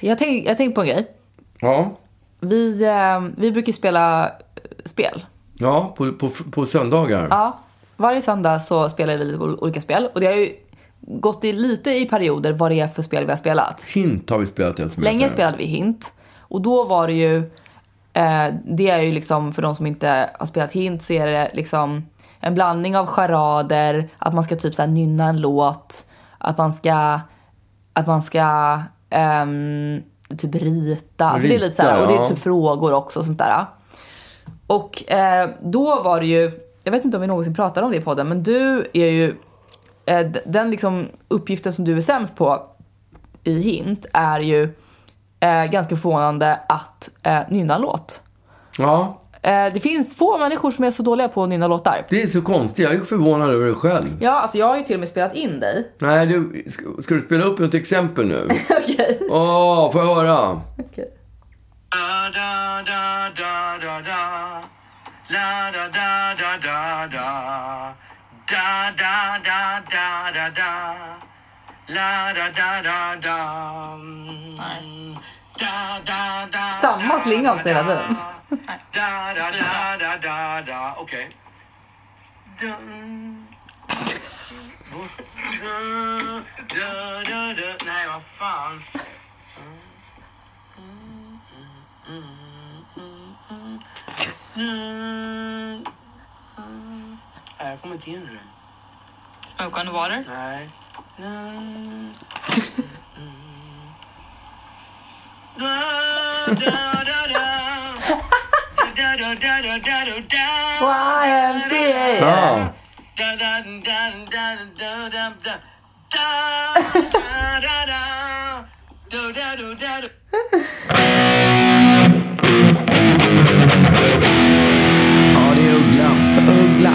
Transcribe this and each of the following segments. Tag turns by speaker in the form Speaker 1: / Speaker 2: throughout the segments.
Speaker 1: Jag tänker jag tänk på en grej.
Speaker 2: Ja,
Speaker 1: Vi, eh, vi brukar ju spela eh, spel.
Speaker 2: ja på, på, på söndagar.
Speaker 1: Ja. Varje söndag så spelar vi lite ol- olika spel. Och det har ju gått i lite i perioder vad det är för spel vi har spelat.
Speaker 2: Hint har vi spelat en som
Speaker 1: Länge
Speaker 2: heter.
Speaker 1: spelade vi Hint. Och då var det ju, eh, det är ju liksom för de som inte har spelat Hint så är det liksom en blandning av charader, att man ska typ så här nynna en låt, att man ska, att man ska ehm, typ rita. Alltså det är lite så här,
Speaker 2: Rita,
Speaker 1: och det är
Speaker 2: ja.
Speaker 1: typ frågor också och sånt där. Och eh, då var det ju, jag vet inte om vi någonsin pratade om det i podden, men du är ju, eh, d- den liksom uppgiften som du är sämst på i Hint är ju eh, ganska förvånande att eh, nynna en låt.
Speaker 2: Ja,
Speaker 1: Eh, det finns få människor som är så dåliga på att nynna låtar.
Speaker 2: det är så konstigt. Jag är förvånad över det själv.
Speaker 1: Ja, alltså jag har ju till och med spelat in dig.
Speaker 2: Nej, du, ska, ska du spela upp något exempel nu?
Speaker 1: Okej.
Speaker 2: Åh, får jag höra?
Speaker 1: Okej.
Speaker 3: Da da da da da da. La da da da da da. Da da da da da da. La da da da da. Nej. Da da da.
Speaker 1: Samma
Speaker 3: da,
Speaker 1: slinga också
Speaker 3: da,
Speaker 1: hela tiden.
Speaker 3: da. Da da da da da da. Okej. Dun. Dun, dun, dun, dun. Nej, vad fan. Mm. Nej, jag kommer inte in nu.
Speaker 4: Smoke on the water.
Speaker 3: Nej. Mm. Da, da, da, da. Da, da, da, da, da, da, da.
Speaker 1: YMCA.
Speaker 2: Ja.
Speaker 3: Da, da, da, da, da, da, da, da. Da, da, da, da. Do, da, do, da, do.
Speaker 2: ja, det är Uggla.
Speaker 1: Uggla.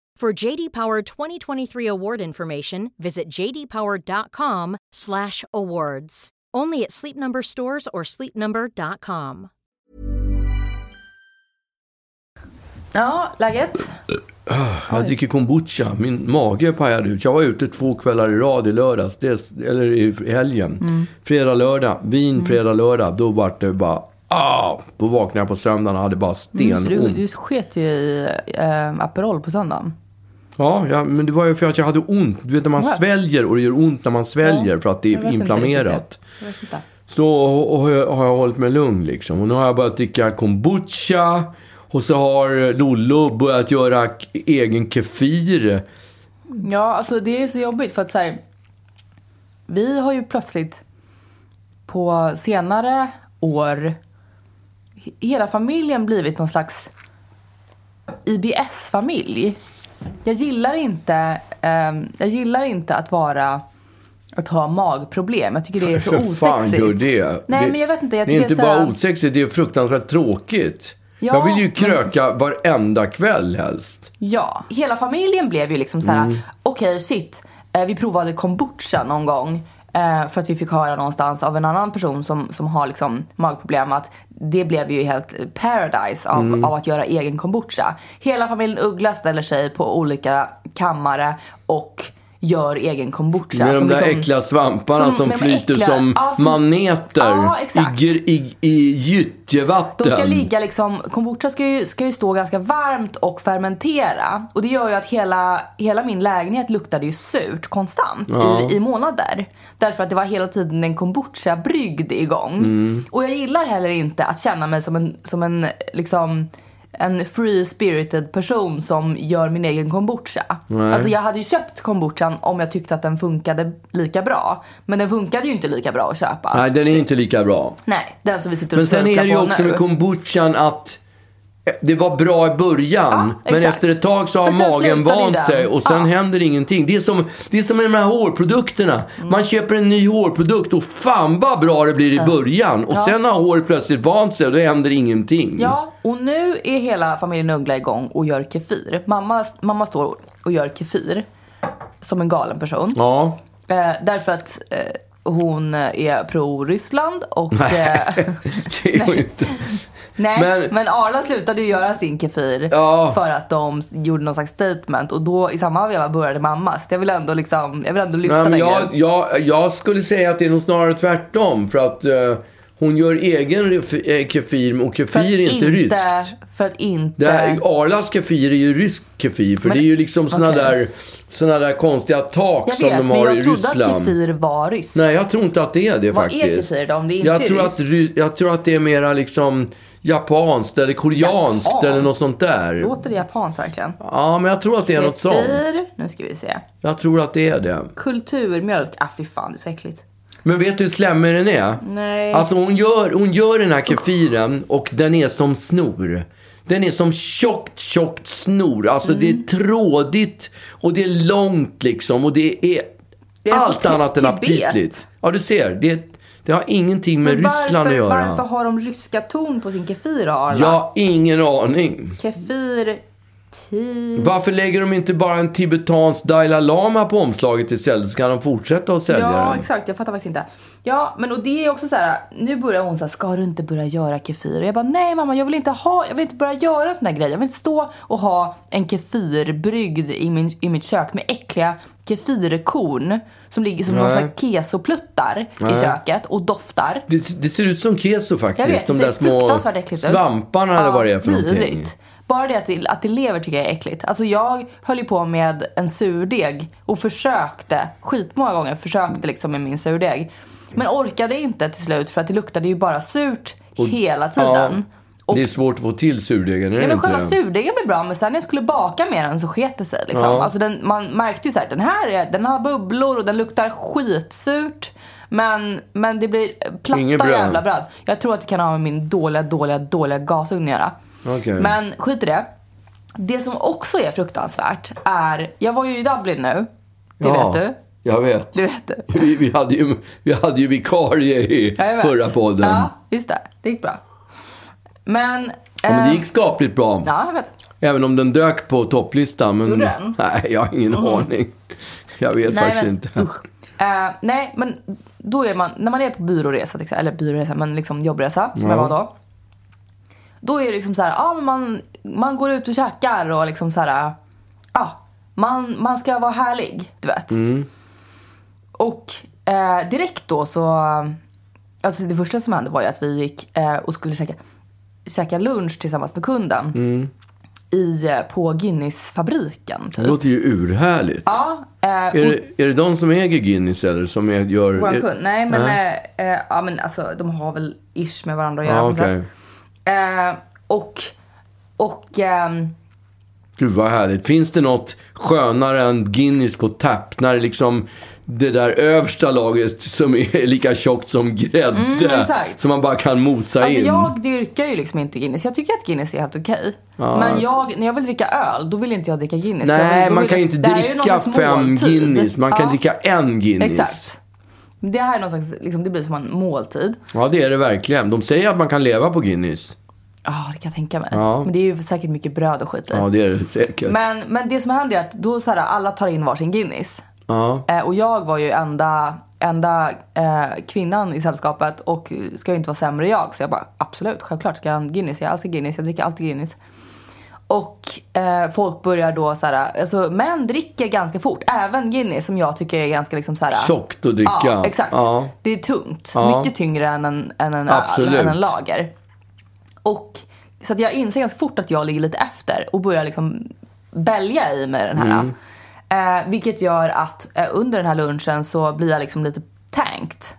Speaker 5: For JD Power 2023 award information, visit jdpower.com/awards. Only at Sleep Number stores or sleepnumber.com.
Speaker 1: Ja, läget?
Speaker 2: Jag dricker kombucha. Min mage pajade ut. Jag var ute två kvällar i rad i lördags. Det, eller i i helgen.
Speaker 1: Mm.
Speaker 2: Fredag, lördag. Vin, fredag, lördag. Då var det bara... Ah! Då vaknade jag på söndagen och hade bara
Speaker 1: Just, det,
Speaker 2: stenont.
Speaker 1: Mm, du, du sket ju i eh, Aperol på söndagen.
Speaker 2: Ja, ja, men det var ju för att jag hade ont. Du vet när man
Speaker 1: Ja.
Speaker 2: sväljer och det gör ont när man sväljer för att det
Speaker 1: Jag vet
Speaker 2: är
Speaker 1: inte
Speaker 2: inflammerat.
Speaker 1: riktigt. Jag vet inte.
Speaker 2: Så då har jag- har jag hållit mig lugn liksom. Och nu har jag börjat dricka kombucha. Och så har Lollo börjat göra k- egen kefir.
Speaker 1: Ja, alltså det är så jobbigt för att så här, vi har ju plötsligt på senare år he- hela familjen blivit någon slags IBS-familj. Jag gillar inte, ehm, jag gillar inte att vara att ha magproblem. Jag tycker det är så
Speaker 2: För
Speaker 1: osexigt.
Speaker 2: fan gör det?
Speaker 1: Nej,
Speaker 2: det,
Speaker 1: men jag vet inte. Jag
Speaker 2: det är
Speaker 1: tycker
Speaker 2: inte
Speaker 1: att så
Speaker 2: bara
Speaker 1: här-
Speaker 2: osexigt, det är fruktansvärt tråkigt.
Speaker 1: Ja,
Speaker 2: jag vill ju
Speaker 1: men-
Speaker 2: kröka varenda kväll helst.
Speaker 1: Ja, hela familjen blev ju liksom så här:
Speaker 2: Mm.
Speaker 1: okej shit, eh, vi provade kombucha någon gång. Eh, för att vi fick höra någonstans av en annan person som, som har liksom magproblem att det blev ju helt paradise av,
Speaker 2: Mm.
Speaker 1: av att göra egen kombucha. Hela familjen Uggla ställer sig på olika kammare och gör egen kombucha.
Speaker 2: Med de
Speaker 1: som
Speaker 2: där
Speaker 1: liksom-
Speaker 2: äckliga svamparna som,
Speaker 1: som- med de
Speaker 2: flyter
Speaker 1: äckliga-
Speaker 2: som
Speaker 1: ja, som-
Speaker 2: maneter
Speaker 1: Ja, exakt.
Speaker 2: i, gr- i, i gyttjevatten.
Speaker 1: De ska ligga liksom, kombucha ska ju, ska ju stå ganska varmt och fermentera. Och det gör ju att hela, hela min lägenhet luktade ju surt konstant i, i månader. Därför att det var hela tiden en kombucha-brygd igång.
Speaker 2: Mm.
Speaker 1: Och jag gillar heller inte att känna mig som en, som en liksom en free-spirited person som gör min egen kombucha. Alltså jag hade ju köpt kombuchan om jag tyckte att den funkade lika bra. Men den funkade ju inte lika bra att köpa. Nej,
Speaker 2: Nej, den är inte lika bra.
Speaker 1: den som vi sitter och
Speaker 2: Men sen är
Speaker 1: snörklar
Speaker 2: det ju
Speaker 1: på
Speaker 2: också
Speaker 1: nu.
Speaker 2: med kombuchan att det var bra i början,
Speaker 1: Ja,
Speaker 2: men
Speaker 1: exakt.
Speaker 2: efter ett tag så har
Speaker 1: Men sen
Speaker 2: magen
Speaker 1: slutar det
Speaker 2: vant
Speaker 1: där.
Speaker 2: sig och sen
Speaker 1: Ja.
Speaker 2: händer ingenting. Det är som, det är som med de här hårprodukterna.
Speaker 1: Mm.
Speaker 2: Man köper en ny hårprodukt och fan vad bra det blir i början. Och sen har håret plötsligt vant sig och då händer ingenting.
Speaker 1: Ja, och nu är hela familjen Uggla igång och gör kefir. Mamma, mamma står och gör kefir som en galen person.
Speaker 2: Ja.
Speaker 1: Eh, därför att eh, hon är pro-Ryssland och... Eh,
Speaker 2: Det är ju inte.
Speaker 1: nej,
Speaker 2: Men-
Speaker 1: men, Arla slutade ju göra sin kefir
Speaker 2: Ja.
Speaker 1: för att de gjorde någon slags statement och då i samma veva började mamma. Så jag vill ändå, liksom, jag vill ändå lyfta
Speaker 2: Nej, men
Speaker 1: den
Speaker 2: jag,
Speaker 1: grejen.
Speaker 2: jag, jag skulle säga att det är nog snarare tvärtom. För att eh, hon gör egen ref- eh, kefir och
Speaker 1: För att
Speaker 2: kefir är inte ryskt.
Speaker 1: För att inte...
Speaker 2: Det här, Arlas kefir är ju rysk kefir. För
Speaker 1: Men-
Speaker 2: det är ju liksom såna,
Speaker 1: okej.
Speaker 2: där, såna där konstiga tak
Speaker 1: jag
Speaker 2: som
Speaker 1: vet,
Speaker 2: de
Speaker 1: men
Speaker 2: har i
Speaker 1: jag trodde att
Speaker 2: Ryssland.
Speaker 1: kefir var ryskt.
Speaker 2: Nej, jag tror inte att det är det
Speaker 1: Vad är
Speaker 2: faktiskt.
Speaker 1: kefir då, om det inte
Speaker 2: jag,
Speaker 1: är
Speaker 2: tror
Speaker 1: ryskt?
Speaker 2: att, ry- jag tror att det är mera liksom japanskt eller koreanskt
Speaker 1: Japanskt?
Speaker 2: eller något sånt där.
Speaker 1: Låter det japanskt verkligen?
Speaker 2: Ja, men jag tror att det är något sånt.
Speaker 1: Kefir. Nu ska vi se.
Speaker 2: Jag tror att det är det.
Speaker 1: Kulturmjölk. Ah fy fan, det är så äckligt.
Speaker 2: Men vet du hur slemmig den är?
Speaker 1: Nej.
Speaker 2: Alltså hon gör, hon gör den här kefiren och den är som snor. Den är som tjockt, tjockt snor. Alltså det
Speaker 1: Mm.
Speaker 2: är trådigt och det är långt liksom. Och det är,
Speaker 1: Det är
Speaker 2: allt
Speaker 1: som
Speaker 2: annat än
Speaker 1: Tibet.
Speaker 2: aptitligt. Ja, du ser. Det, det har ingenting med Ryssland
Speaker 1: varför,
Speaker 2: att göra.
Speaker 1: varför har de ryska ton på sin kefir då, Arla?
Speaker 2: Jag har ingen aning.
Speaker 1: Mm. Kefir, ti...
Speaker 2: Varför lägger de inte bara en tibetansk Dalai Lama på omslaget istället? Så kan de fortsätta att sälja
Speaker 1: Ja,
Speaker 2: den.
Speaker 1: exakt. Jag fattar faktiskt inte. Ja, men och det är också så här. Nu börjar hon så här, ska du inte börja göra kefir? Och jag bara, nej mamma, jag vill inte ha, jag vill inte börja göra en sån här grej. Jag vill inte stå och ha en kefirbrygd i, min, i mitt kök med äckliga kefirkorn som ligger som någon
Speaker 2: Nej.
Speaker 1: sån här kesopluttar i köket och doftar.
Speaker 2: Det, det ser ut som keso faktiskt.
Speaker 1: Jag vet,
Speaker 2: De
Speaker 1: det
Speaker 2: där
Speaker 1: ser
Speaker 2: små
Speaker 1: fruktansvärt äckligt ut.
Speaker 2: svamparna eller
Speaker 1: Ja,
Speaker 2: vad det är för någonting.
Speaker 1: vidrigt. Bara det att det, att det lever tycker jag är äckligt. Alltså jag höll ju på med en surdeg och försökte, skitmånga gånger försökte liksom med min surdeg. Men orkade inte till slut för att det luktade ju bara surt hela tiden.
Speaker 2: Ja, det är svårt att få till surdegen, är
Speaker 1: Ja,
Speaker 2: det
Speaker 1: men själva
Speaker 2: inte det?
Speaker 1: surdegen blev bra men sen när jag skulle baka med den så sket det sig. Liksom.
Speaker 2: Ja.
Speaker 1: Alltså den, man märkte ju så här, den här är, den har bubblor och den luktar skitsurt. Men, men det blir platta
Speaker 2: Ingen bröd.
Speaker 1: jävla bröd. Jag tror att det kan ha med min dåliga, dåliga, dåliga gasugn att göra.
Speaker 2: Okej.
Speaker 1: Men skit i det. Det som också är fruktansvärt är, jag var ju i Dublin nu. Det
Speaker 2: Ja,
Speaker 1: vet du.
Speaker 2: Jag vet.
Speaker 1: Det vet du.
Speaker 2: Vi, vi, hade ju, vi hade ju vikarie i
Speaker 1: Ja, jag vet.
Speaker 2: förra podden.
Speaker 1: Ja, just det. Det gick bra. Men...
Speaker 2: Ja, men det
Speaker 1: eh,
Speaker 2: gick skapligt bra.
Speaker 1: Ja, jag vet.
Speaker 2: Även om den dök på topplistan. Men,
Speaker 1: Gjorde den? Mm.
Speaker 2: Nej, jag har ingen aning. Jag vet faktiskt
Speaker 1: men,
Speaker 2: inte.
Speaker 1: usch. Eh, nej, men då är man, när man är på byråresa, till exempel- eller byroresa, men liksom jobbresa som jag var då. Då är det liksom så här, ah, men man, man går ut och käkar och liksom så här, ah, man, man ska vara härlig, du vet.
Speaker 2: Mm.
Speaker 1: Och eh, direkt då så, alltså det första som hände var ju att vi gick eh, och skulle käka, käka lunch tillsammans med kunden.
Speaker 2: Mm.
Speaker 1: I, eh, på Guinness-fabriken
Speaker 2: Det
Speaker 1: typ.
Speaker 2: låter ju urhärligt.
Speaker 1: Ja, eh,
Speaker 2: Är, det, är det de som äger Guinness eller som är, gör...
Speaker 1: Våran
Speaker 2: är-
Speaker 1: kund. Nej men, eh, eh, ja, men alltså, de har väl ish med varandra att göra.
Speaker 2: Ja,
Speaker 1: på något
Speaker 2: okej.
Speaker 1: sätt. Eh, och och ehm,
Speaker 2: Gud vad härligt. Finns det något skönare än Guinness på tapp? När liksom det där översta laget som är lika tjockt som grädde.
Speaker 1: Mm, exakt.
Speaker 2: som man bara kan mosa
Speaker 1: alltså
Speaker 2: in.
Speaker 1: jag dyrkar ju liksom inte Guinness. Jag tycker att Guinness är helt okej. Men jag, när jag vill dricka öl, då vill inte jag dricka Guinness. För jag vill,
Speaker 2: Nej,
Speaker 1: då
Speaker 2: man
Speaker 1: vill
Speaker 2: kan ju
Speaker 1: jag- det
Speaker 2: inte
Speaker 1: här är någon
Speaker 2: dricka
Speaker 1: slags
Speaker 2: fem
Speaker 1: måltid.
Speaker 2: Guinness. Man kan
Speaker 1: Ja,
Speaker 2: dricka en Guinness.
Speaker 1: Exakt. Det här är någon slags, liksom, det blir som en måltid.
Speaker 2: Ja, det är det verkligen. De säger att man kan leva på Guinness.
Speaker 1: Ja, det kan jag tänka mig.
Speaker 2: Ja.
Speaker 1: Men det är ju säkert mycket bröd och skit i.
Speaker 2: Ja, det är det säkert.
Speaker 1: Men, men det som händer är att då så här, alla tar in varsin Guinness.
Speaker 2: Ja.
Speaker 1: Eh, och jag var ju enda, enda eh, kvinnan i sällskapet och ska ju inte vara sämre jag. Så jag bara absolut, självklart ska jag ha en Guinness. Jag älskar Guinness, jag dricker alltid Guinness. Och eh, folk börjar då så här, alltså män dricker ganska fort. Även Guinness som jag tycker är ganska liksom så här.
Speaker 2: Tjockt att dricka.
Speaker 1: Ja, exakt.
Speaker 2: Ja.
Speaker 1: Det är tungt.
Speaker 2: Ja.
Speaker 1: Mycket tyngre än en, än en
Speaker 2: Absolut.
Speaker 1: öl, än en lager. Och så att jag inser ganska fort att jag ligger lite efter och börjar liksom bälja i mig den här.
Speaker 2: Mm.
Speaker 1: Eh, vilket gör att eh, under den här lunchen så blir jag liksom lite tankt.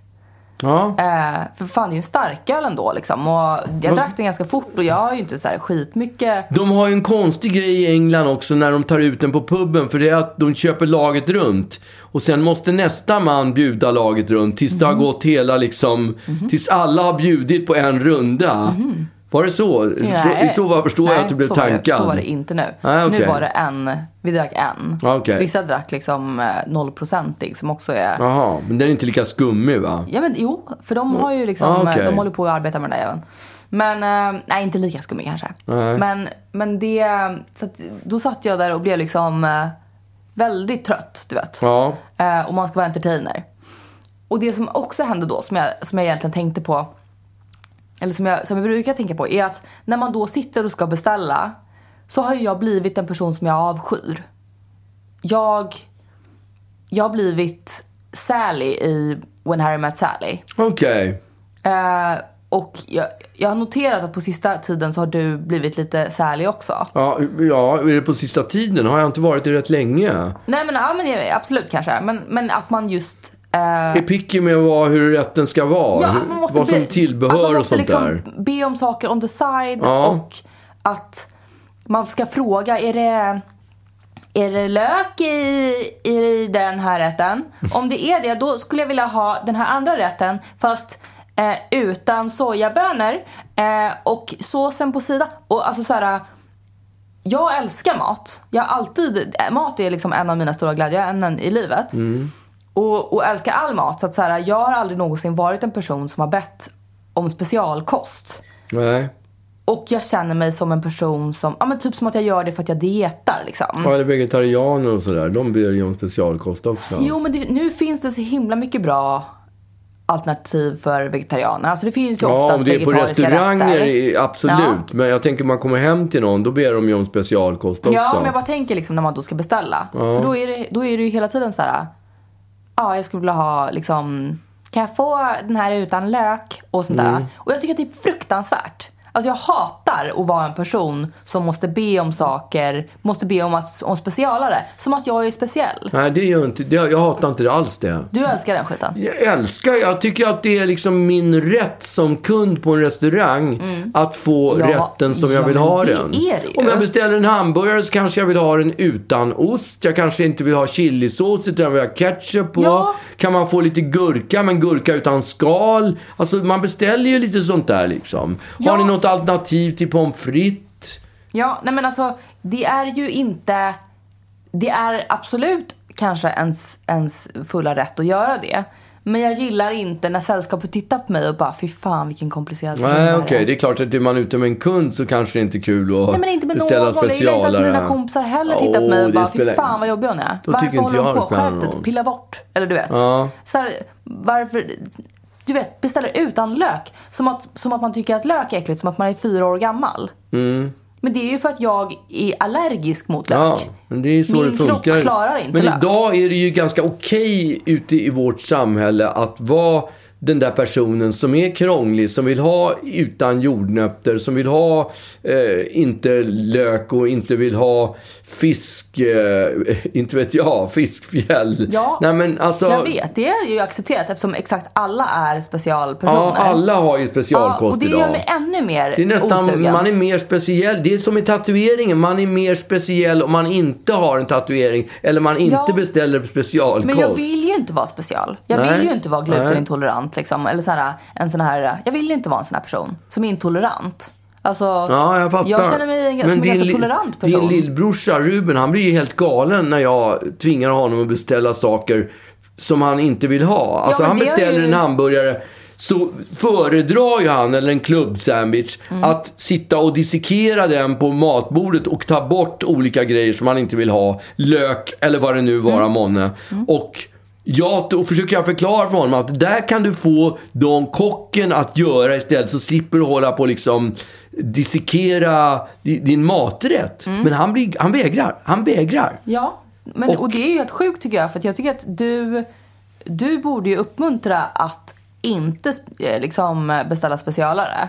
Speaker 2: Ja.
Speaker 1: Eh, för fan det är ju en starköl ändå liksom. Och jag
Speaker 2: Vad-
Speaker 1: drack den ganska fort och jag har ju inte så här skitmycket.
Speaker 2: De har ju en konstig grej i England också när de tar ut den på puben. För det är att de köper laget runt. Och sen måste nästa man bjuda laget runt tills det har
Speaker 1: Mhm.
Speaker 2: gått hela liksom... Tills alla har bjudit på en runda. Var det så? så? I så fall förstår jag att du blev
Speaker 1: Mhm. så Var det,
Speaker 2: tankad.
Speaker 1: så var det inte nu.
Speaker 2: Nej, okej.
Speaker 1: Nu var det en, vi drack en.
Speaker 2: Ja, okej.
Speaker 1: Vissa drack liksom eh, nollprocentig som också är...
Speaker 2: Jaha, men den är inte lika skummig va?
Speaker 1: Ja men jo, för de har ju liksom,
Speaker 2: Ah, okej.
Speaker 1: de håller på att arbeta med det där även. Men, eh, nej inte lika skummig kanske.
Speaker 2: Nej.
Speaker 1: Men, men det, så att, då satt jag där och blev liksom eh, väldigt trött du vet.
Speaker 2: Ja.
Speaker 1: Eh, och man ska vara entertainer. Och det som också hände då, som jag, som jag egentligen tänkte på, eller som jag, som jag brukar tänka på, är att när man då sitter och ska beställa så har ju jag blivit en person som jag avskyr. Jag, jag har blivit Sally i When Harry Met Sally.
Speaker 2: Okej.
Speaker 1: Eh, och jag, jag har noterat att på sista tiden så har du blivit lite Sally också.
Speaker 2: Ja, ja, är det på sista tiden? Har jag inte varit det rätt länge?
Speaker 1: Nej men, ja, men det- absolut kanske, men, men att man just eh,
Speaker 2: Är picky med vad, hur rätten ska vara?
Speaker 1: Ja,
Speaker 2: hur-
Speaker 1: att man måste
Speaker 2: vad som
Speaker 1: be- att man
Speaker 2: tillbehör
Speaker 1: måste
Speaker 2: och sånt
Speaker 1: liksom
Speaker 2: där.
Speaker 1: be om saker on the side
Speaker 2: Ja.
Speaker 1: och att man ska fråga, är det, är det lök i, i den här rätten? Om det är det, då skulle jag vilja ha den här andra rätten fast eh, utan sojabönor eh, och såsen på sidan. Och alltså så här, jag älskar mat. Jag har alltid, mat är liksom en av mina stora glädjeämnen i livet.
Speaker 2: Mm.
Speaker 1: Och, och älskar all mat. Så att så här, jag har aldrig någonsin varit en person som har bett om specialkost.
Speaker 2: Nej.
Speaker 1: Och jag känner mig som en person som, ja men typ som att jag gör det för att jag dietar liksom.
Speaker 2: Ja, eller vegetarianer och sådär. De ber ju om specialkost också.
Speaker 1: Jo men det, nu finns det så himla mycket bra alternativ för vegetarianer. Alltså det finns ju
Speaker 2: ja,
Speaker 1: oftast
Speaker 2: om det är på
Speaker 1: vegetariska
Speaker 2: restauranger,
Speaker 1: rätter.
Speaker 2: i- absolut.
Speaker 1: Ja.
Speaker 2: Men jag tänker man kommer hem till någon, då ber de ju om specialkost också.
Speaker 1: Ja, men jag bara tänker liksom när man då ska beställa. För då är, det, då är det ju hela tiden så här. Ja, jag skulle vilja ha liksom. Kan jag få den här utan lök och sånt där. Och jag tycker att det är fruktansvärt. Alltså jag hatar att vara en person som måste be om saker, måste be om, att, om specialare. Som att jag är speciell.
Speaker 2: Nej, det gör inte, det, jag hatar inte det alls det.
Speaker 1: Du älskar den skiten.
Speaker 2: Jag älskar, jag tycker att det är liksom min rätt som kund på en restaurang att få
Speaker 1: Mm. Ja,
Speaker 2: rätten som jag
Speaker 1: ja,
Speaker 2: vill
Speaker 1: men
Speaker 2: ha
Speaker 1: det är
Speaker 2: den.
Speaker 1: det ju.
Speaker 2: Om jag beställer en hamburgare så kanske jag vill ha den utan ost. Jag kanske inte vill ha chilisås utan jag vill ha ketchup på.
Speaker 1: Ja.
Speaker 2: Kan man få lite gurka, men gurka utan skal. Alltså man beställer ju lite sånt där liksom. Har
Speaker 1: Ja.
Speaker 2: ni något alternativ till pommes frites?
Speaker 1: Ja, nej men alltså det är ju inte, det är absolut kanske ens, ens fulla rätt att göra det. Men jag gillar inte när sällskapet tittar på mig och bara fy fan vilken komplicerad person det
Speaker 2: Nej,
Speaker 1: här
Speaker 2: okej. Det är klart att är man ute med en kund så kanske det inte är kul att
Speaker 1: Nej men inte med
Speaker 2: beställa
Speaker 1: någon, jag gillar inte att
Speaker 2: specialare.
Speaker 1: mina kompisar heller tittar på
Speaker 2: Åh,
Speaker 1: mig och
Speaker 2: det
Speaker 1: bara
Speaker 2: spelar-
Speaker 1: fy fan vad jobbig hon är.
Speaker 2: Då
Speaker 1: varför
Speaker 2: tycker inte
Speaker 1: håller hon
Speaker 2: jag
Speaker 1: på?
Speaker 2: det spelar
Speaker 1: Skärp dig,
Speaker 2: någon.
Speaker 1: pilla bort. Eller du vet.
Speaker 2: Ja.
Speaker 1: Så här, varför, du vet beställer utan lök. Som att, som att man tycker att lök är äckligt, som att man är fyra år gammal. Men det är ju för att jag är allergisk mot lök.
Speaker 2: Mm. Ja, men det är så
Speaker 1: Min
Speaker 2: det funkar.
Speaker 1: kropp klarar inte
Speaker 2: men
Speaker 1: lök.
Speaker 2: idag är det ju ganska okej ute i vårt samhälle att vara den där personen som är krånglig, som vill ha utan jordnötter, som vill ha eh, inte lök och inte vill ha fisk, eh, inte vet jag, fiskfjäll.
Speaker 1: Ja,
Speaker 2: Nej, men alltså,
Speaker 1: Jag vet, det är ju accepterat eftersom exakt alla är specialpersoner.
Speaker 2: ja, alla har ju
Speaker 1: Ja,
Speaker 2: specialkost
Speaker 1: och det
Speaker 2: idag.
Speaker 1: gör mig ännu mer
Speaker 2: Det är nästan,
Speaker 1: osugen.
Speaker 2: man är mer speciell. Det är som i tatueringen. Man är mer speciell om man inte har en tatuering. Eller man inte
Speaker 1: Ja.
Speaker 2: beställer specialkost.
Speaker 1: Men jag vill ju inte vara special. Jag
Speaker 2: Nej.
Speaker 1: vill ju inte vara
Speaker 2: Nej.
Speaker 1: glutenintolerant liksom. Eller sån här, en sån här, jag vill inte vara en sån här person som är intolerant. Alltså,
Speaker 2: Ja, jag fattar.
Speaker 1: Jag känner mig som en
Speaker 2: din
Speaker 1: ganska
Speaker 2: li-
Speaker 1: tolerant person.
Speaker 2: Din lillbrorsa Ruben, han blir ju helt galen när jag tvingar honom att beställa saker som han inte vill ha. Alltså
Speaker 1: men
Speaker 2: han
Speaker 1: det är
Speaker 2: beställer
Speaker 1: ju-
Speaker 2: en hamburgare så föredrar ju han, eller en klubbsandwich, att sitta och dissekera den på matbordet och ta bort olika grejer som han inte vill ha. Lök eller vad det nu vara månne. Och Ja, då försöker jag förklara för honom att det där kan du få de kocken att göra istället så slipper du hålla på och liksom dissekera di- din maträtt. Men han, blir, han vägrar. Han vägrar.
Speaker 1: Ja, men, och, det är ju helt sjukt tycker jag. För att jag tycker att du, du borde ju uppmuntra att inte sp- eh, liksom beställa specialare.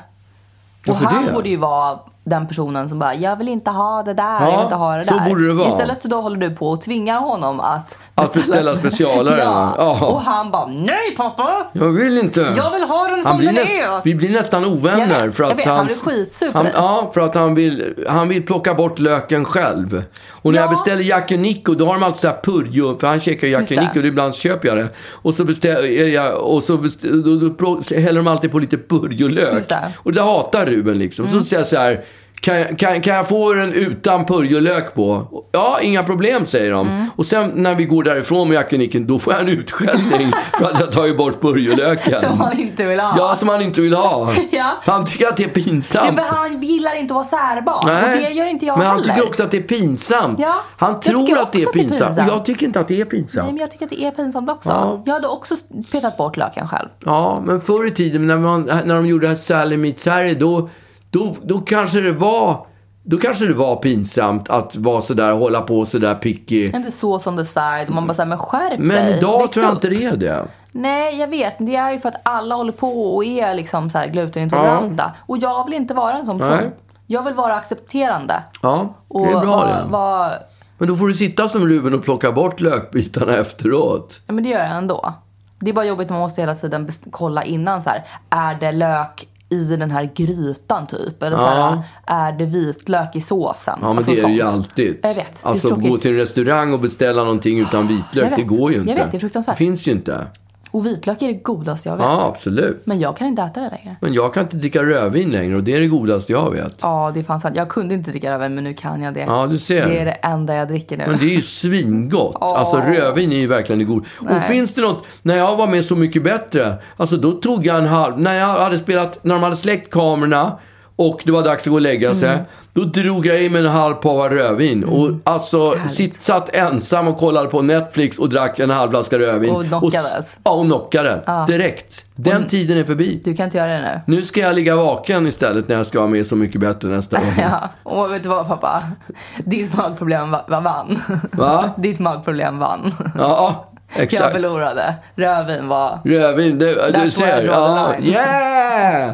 Speaker 1: Och
Speaker 2: Varför
Speaker 1: han
Speaker 2: det?
Speaker 1: borde ju vara den personen som bara, jag vill inte ha det där, jag
Speaker 2: Ja,
Speaker 1: vill inte ha det
Speaker 2: så
Speaker 1: där.
Speaker 2: borde det vara.
Speaker 1: Istället så då håller du på och tvingar honom att
Speaker 2: Att beställa specialare,
Speaker 1: ja.
Speaker 2: ja.
Speaker 1: Och han bara, nej pappa!
Speaker 2: Jag vill inte.
Speaker 1: Jag vill ha den som
Speaker 2: han blir
Speaker 1: den är.
Speaker 2: Vi blir nästan ovänner.
Speaker 1: Jag vet,
Speaker 2: för att
Speaker 1: jag vet. Han blir skitsur på
Speaker 2: han,
Speaker 1: dig.
Speaker 2: Ja, för att han vill, han vill plocka bort löken själv. Och när
Speaker 1: Ja.
Speaker 2: jag beställer Jack och Nico, då har de alltid så här purjo, för han käkar Jack
Speaker 1: Just
Speaker 2: och
Speaker 1: det.
Speaker 2: Nico, och ibland köper jag det. Och så beställer jag, och så beställer, då, då, pro- häller de alltid på lite purjolök.
Speaker 1: Just det. Mm.
Speaker 2: Och det hatar Ruben liksom. Så säger jag så här, kan, jag- kan, kan jag få den utan purjolök på? Ja, inga problem säger de.
Speaker 1: Mm.
Speaker 2: Och sen när vi går därifrån med Jack och Nico, då får jag en utskällning för att jag tar ju bort purjolöken.
Speaker 1: Som han inte vill ha.
Speaker 2: Ja, som han inte vill ha.
Speaker 1: Ja.
Speaker 2: Han tycker att det är pinsamt.
Speaker 1: Men han gillar inte att vara särbar. Och det gör inte jag
Speaker 2: men han
Speaker 1: heller.
Speaker 2: tycker också att det är pinsamt.
Speaker 1: Ja,
Speaker 2: Han
Speaker 1: jag
Speaker 2: tror
Speaker 1: tycker
Speaker 2: att det är
Speaker 1: också att det är
Speaker 2: pinsamt.
Speaker 1: pinsamt.
Speaker 2: Och jag tycker inte att det är pinsamt.
Speaker 1: Nej, men jag tycker att det är pinsamt också.
Speaker 2: Ja.
Speaker 1: Jag hade också petat bort löken själv.
Speaker 2: Ja, men förr i tiden när, man, när de gjorde det här Sally Meets Harry, då, då, då kanske det var då kanske det var pinsamt att vara sådär, hålla på sådär picky.
Speaker 1: Inte så som the side. Och man bara säger men skärp
Speaker 2: Men
Speaker 1: dig.
Speaker 2: idag
Speaker 1: Väx
Speaker 2: tror jag
Speaker 1: upp.
Speaker 2: inte det är det.
Speaker 1: Nej, jag vet. Det är ju för att alla håller på och är liksom så här glutenintoleranta. Och jag vill inte vara en sån person.
Speaker 2: Nej.
Speaker 1: Jag vill vara accepterande.
Speaker 2: Ja, det
Speaker 1: Och
Speaker 2: är bra
Speaker 1: vara-
Speaker 2: det.
Speaker 1: vara-
Speaker 2: Men då får du sitta som Ruben och plocka bort lökbitarna efteråt.
Speaker 1: Ja, men det gör jag ändå. Det är bara jobbigt när man måste hela tiden bes- kolla innan så här. Är det lök i den här grytan typ? Eller så här,
Speaker 2: Ja.
Speaker 1: är det vitlök i såsen?
Speaker 2: Ja, men
Speaker 1: Alltså
Speaker 2: det är det ju
Speaker 1: sånt.
Speaker 2: alltid.
Speaker 1: Jag vet. Det är
Speaker 2: Alltså
Speaker 1: tråkigt. Ah,
Speaker 2: gå till en restaurang och beställa någonting utan
Speaker 1: Jag
Speaker 2: vitlök,
Speaker 1: vet.
Speaker 2: det går ju
Speaker 1: Jag
Speaker 2: inte.
Speaker 1: vet, det är fruktansvärt.
Speaker 2: finns ju inte.
Speaker 1: Och vitlök är det godaste jag vet.
Speaker 2: Ja, absolut.
Speaker 1: Men jag kan inte äta det längre.
Speaker 2: Men jag kan inte dricka rödvin längre och det är det godaste jag vet.
Speaker 1: Ja, det fanns Jag kunde inte dricka rödvin, men nu kan jag det.
Speaker 2: Ja, du ser.
Speaker 1: Det är det enda jag dricker nu.
Speaker 2: Men det är ju svingott. Alltså rödvin är ju verkligen det god. Och finns det något, när jag var med Så mycket bättre, alltså då tog jag en halv, när jag hade spelat, när de hade släckt kamerorna och det var dags att gå och lägga sig.
Speaker 1: Mm.
Speaker 2: Då drog jag i mig en halv pava rödvin och alltså sitt, satt ensam och kollade på Netflix och drack en halv flaska rödvin.
Speaker 1: Och knockades.
Speaker 2: s- Ja, och knockade. Direkt. Den tiden är förbi.
Speaker 1: Du kan inte göra det nu.
Speaker 2: Nu ska jag ligga vaken istället när jag ska vara med Så mycket bättre nästa gång.
Speaker 1: Ja, och vet du vad pappa? Ditt magproblem va- va- vann.
Speaker 2: Va?
Speaker 1: Ditt magproblem vann.
Speaker 2: Ja,
Speaker 1: Jag
Speaker 2: exakt.
Speaker 1: förlorade. Rödvin var...
Speaker 2: Rödvin, du,
Speaker 1: where I
Speaker 2: du ser.
Speaker 1: draw the
Speaker 2: Ja,
Speaker 1: line.
Speaker 2: yeah!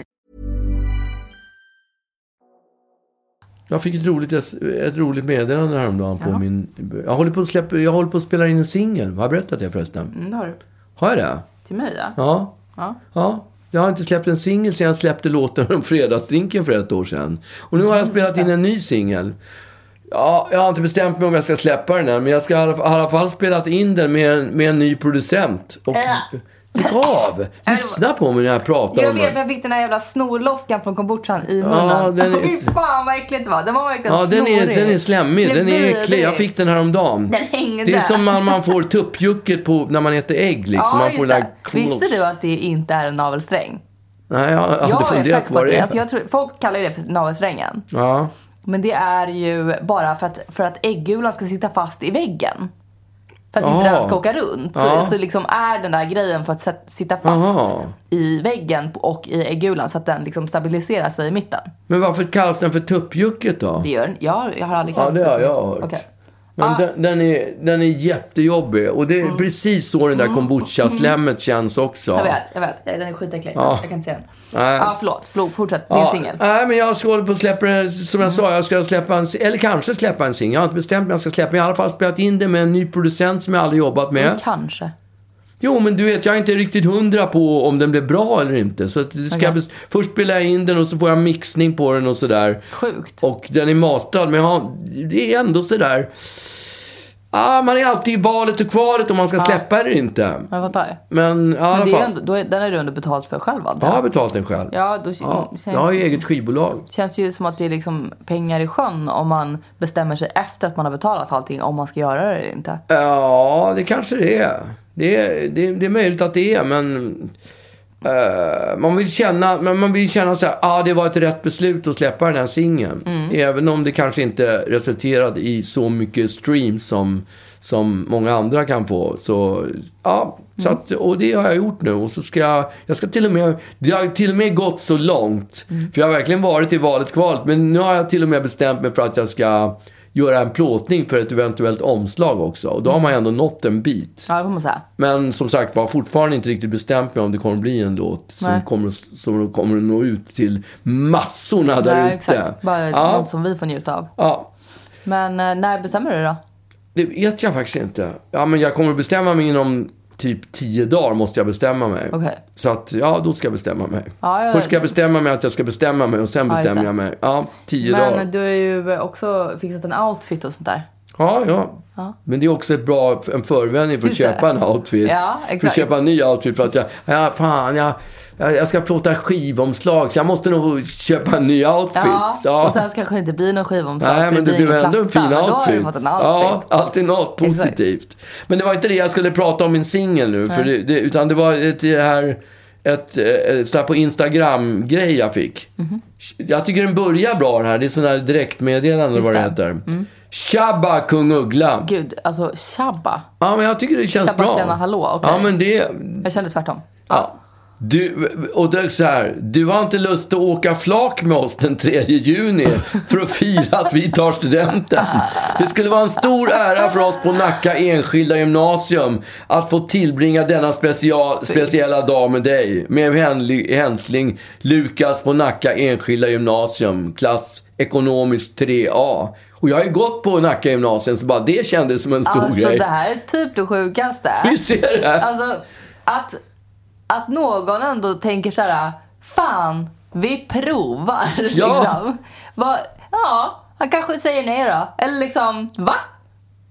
Speaker 2: Jag fick ett roligt, ett roligt meddelande häromdagen på min... Jag håller på, att släppa, jag håller på att spela in en singel. Har jag berättat det förresten?
Speaker 1: Mm, det har du.
Speaker 2: Har jag det?
Speaker 1: Till mig ja.
Speaker 2: Ja.
Speaker 1: Ja.
Speaker 2: ja. Jag har inte släppt en singel sedan jag släppte låten om fredagsdrinken för ett år sedan. Och nu har
Speaker 1: Mm,
Speaker 2: jag spelat in en ny singel. Ja, jag har inte bestämt mig om jag ska släppa den än, men jag ska i alla fall- i alla fall spelat in den med en, med en ny producent. Och... Lägg av! Lyssna på mig när jag pratar
Speaker 1: Jag
Speaker 2: om
Speaker 1: vet,
Speaker 2: den.
Speaker 1: men jag fick den här jävla snorloskan från kombuchan i munnen.
Speaker 2: den är-
Speaker 1: Fy fan vad äckligt det var. Den var verkligen
Speaker 2: Ja, den är,
Speaker 1: snorig.
Speaker 2: den är slemmig. Den är äcklig. Jag fick den häromdagen.
Speaker 1: Den hängde.
Speaker 2: Det är som när man får tuppjucket på, när man äter ägg. Liksom.
Speaker 1: Ja,
Speaker 2: man
Speaker 1: just
Speaker 2: får den där-
Speaker 1: det. Visste du att det inte är en navelsträng?
Speaker 2: Nej, jag har aldrig
Speaker 1: Jag är
Speaker 2: funderat
Speaker 1: säker på
Speaker 2: på vad
Speaker 1: att
Speaker 2: det
Speaker 1: det
Speaker 2: är.
Speaker 1: alltså, jag tror, Folk kallar det för navelsträngen.
Speaker 2: Ja.
Speaker 1: Men det är ju bara för att, för att äggulan ska sitta fast i väggen. För att
Speaker 2: Aha.
Speaker 1: inte den ska åka runt. Så,
Speaker 2: Ja.
Speaker 1: så liksom är den där grejen för att sätt- sitta fast
Speaker 2: Aha.
Speaker 1: i väggen och i äggulan så att den liksom stabiliserar sig i mitten.
Speaker 2: Men varför kallas den för tuppjucket då?
Speaker 1: Det gör den. Jag, jag har aldrig
Speaker 2: Ja,
Speaker 1: kallat
Speaker 2: det har jag hört.
Speaker 1: Okej.
Speaker 2: Men den, den, är, den är jättejobbig. Och det är precis så den där kombucha-slemmet känns också.
Speaker 1: Mm. Jag vet, jag vet. Den är skitäcklig.
Speaker 2: Ja.
Speaker 1: Jag kan inte se den.
Speaker 2: Nej.
Speaker 1: Ja, förlåt. Förlåt, fortsätt. Din
Speaker 2: Ja,
Speaker 1: singel. Mm.
Speaker 2: Nej, men jag håller på att släppa den, som jag sa, jag ska släppa en, eller kanske släppa en singel. Jag har inte bestämt mig jag ska släppa, men jag har i alla fall spelat in det med en ny producent som jag aldrig jobbat med.
Speaker 1: Kanske.
Speaker 2: Jo, men du vet, jag är inte riktigt hundra på om den blev bra eller inte. Så att det ska
Speaker 1: Okej.
Speaker 2: jag bes- först spelar jag in den och så får jag en mixning på den och sådär.
Speaker 1: Sjukt.
Speaker 2: Och den är matad, men jag har, det är ändå sådär... Ah, man är alltid i valet och kvalet om man ska släppa eller inte.
Speaker 1: Jag fattar.
Speaker 2: Men ja, i
Speaker 1: Men
Speaker 2: alla
Speaker 1: det är ju
Speaker 2: fall.
Speaker 1: ändå, då är, den är du ändå betalt för själv,
Speaker 2: Jag
Speaker 1: antar
Speaker 2: har
Speaker 1: jag?
Speaker 2: betalt den själv.
Speaker 1: Ja, då
Speaker 2: Ja,
Speaker 1: känns
Speaker 2: jag har ju
Speaker 1: det
Speaker 2: eget skivbolag.
Speaker 1: känns ju som att det är liksom pengar i sjön om man bestämmer sig efter att man har betalat allting om man ska göra det eller inte.
Speaker 2: Ja, det kanske det är. Det är, det, är- det är möjligt att det är, men... eh, man vill känna, men man vill känna så här, ah, det var ett rätt beslut att släppa den här singeln. Även om det kanske inte resulterade i så mycket streams som, som många andra kan få. Så, ja, så att, och det har jag gjort nu. Och så ska jag, jag ska till och med, det har till och med gått så långt. För jag har verkligen varit i valet kvalet. Men nu har jag till och med bestämt mig för att jag ska göra en plåtning för ett eventuellt omslag också. Och då har man ändå nått en bit.
Speaker 1: Ja, det får man säga.
Speaker 2: Men som sagt var, fortfarande inte riktigt bestämt mig om det kommer bli en låt som
Speaker 1: Nej.
Speaker 2: kommer, som kommer att nå ut till massorna där
Speaker 1: Ja,
Speaker 2: ute.
Speaker 1: exakt. Bara
Speaker 2: Ja,
Speaker 1: något som vi får njuta av.
Speaker 2: ja,
Speaker 1: Men eh, när bestämmer du det då?
Speaker 2: det vet jag faktiskt inte. Ja, men jag kommer att bestämma mig inom typ tio dagar måste jag bestämma mig.
Speaker 1: Okej.
Speaker 2: Så att, ja, då ska jag bestämma mig.
Speaker 1: Ja, ja,
Speaker 2: Först ska jag bestämma mig att jag ska bestämma mig och sen
Speaker 1: Ja, just
Speaker 2: bestämmer
Speaker 1: det.
Speaker 2: jag mig. Ja, tio dagar.
Speaker 1: Men eh, du har ju också fixat en outfit och sånt där.
Speaker 2: Ja, ja, Men det är också ett bra, en förevändning för att
Speaker 1: Just det.
Speaker 2: köpa en outfit.
Speaker 1: Ja,
Speaker 2: För att
Speaker 1: exakt.
Speaker 2: köpa en ny outfit för att jag, ja, fan, jag, jag jag ska plåta skivomslag så jag måste nog köpa en ny outfit.
Speaker 1: Och sen kanske det inte blir någon skivomslag
Speaker 2: Nej,
Speaker 1: för
Speaker 2: men det blev
Speaker 1: ingen
Speaker 2: ändå en fin
Speaker 1: platta,
Speaker 2: outfit.
Speaker 1: Men då har du fått en
Speaker 2: Ja,
Speaker 1: outfit.
Speaker 2: alltid något
Speaker 1: Exakt.
Speaker 2: positivt. Men det var inte det jag skulle prata om min singel nu. För det, det, utan det var ett, det här, ett, eh, så här på Instagram-grej jag fick.
Speaker 1: Mhm.
Speaker 2: Jag tycker den börjar bra den här. Det är sån här direktmeddelande eller vad det
Speaker 1: det. Mm.
Speaker 2: heter. Tjabba kung Uggla.
Speaker 1: Gud, alltså tjabba.
Speaker 2: Ja, men jag tycker det känns
Speaker 1: Tjabba,
Speaker 2: bra.
Speaker 1: tjena, hallå, okej.
Speaker 2: Ja, men det...
Speaker 1: Jag kände tvärtom.
Speaker 2: Ja. Du, och det är så här, du har inte lust att åka flak med oss den 3 juni för att fira att vi tar studenten. Det skulle vara en stor ära för oss på Nacka enskilda gymnasium att få tillbringa denna special, speciella dag med dig. Med hänli- hälsning Lukas på Nacka enskilda gymnasium, klass ekonomisk 3A. Och jag har ju gått på Nacka gymnasium så bara det kändes som en stor
Speaker 1: Alltså
Speaker 2: grej.
Speaker 1: det här är typ det sjukaste.
Speaker 2: Visst är det?
Speaker 1: Alltså att, att någon ändå tänker så här, fan vi provar.
Speaker 2: Ja.
Speaker 1: Liksom. Va, ja, han kanske säger nej då. Eller liksom, va?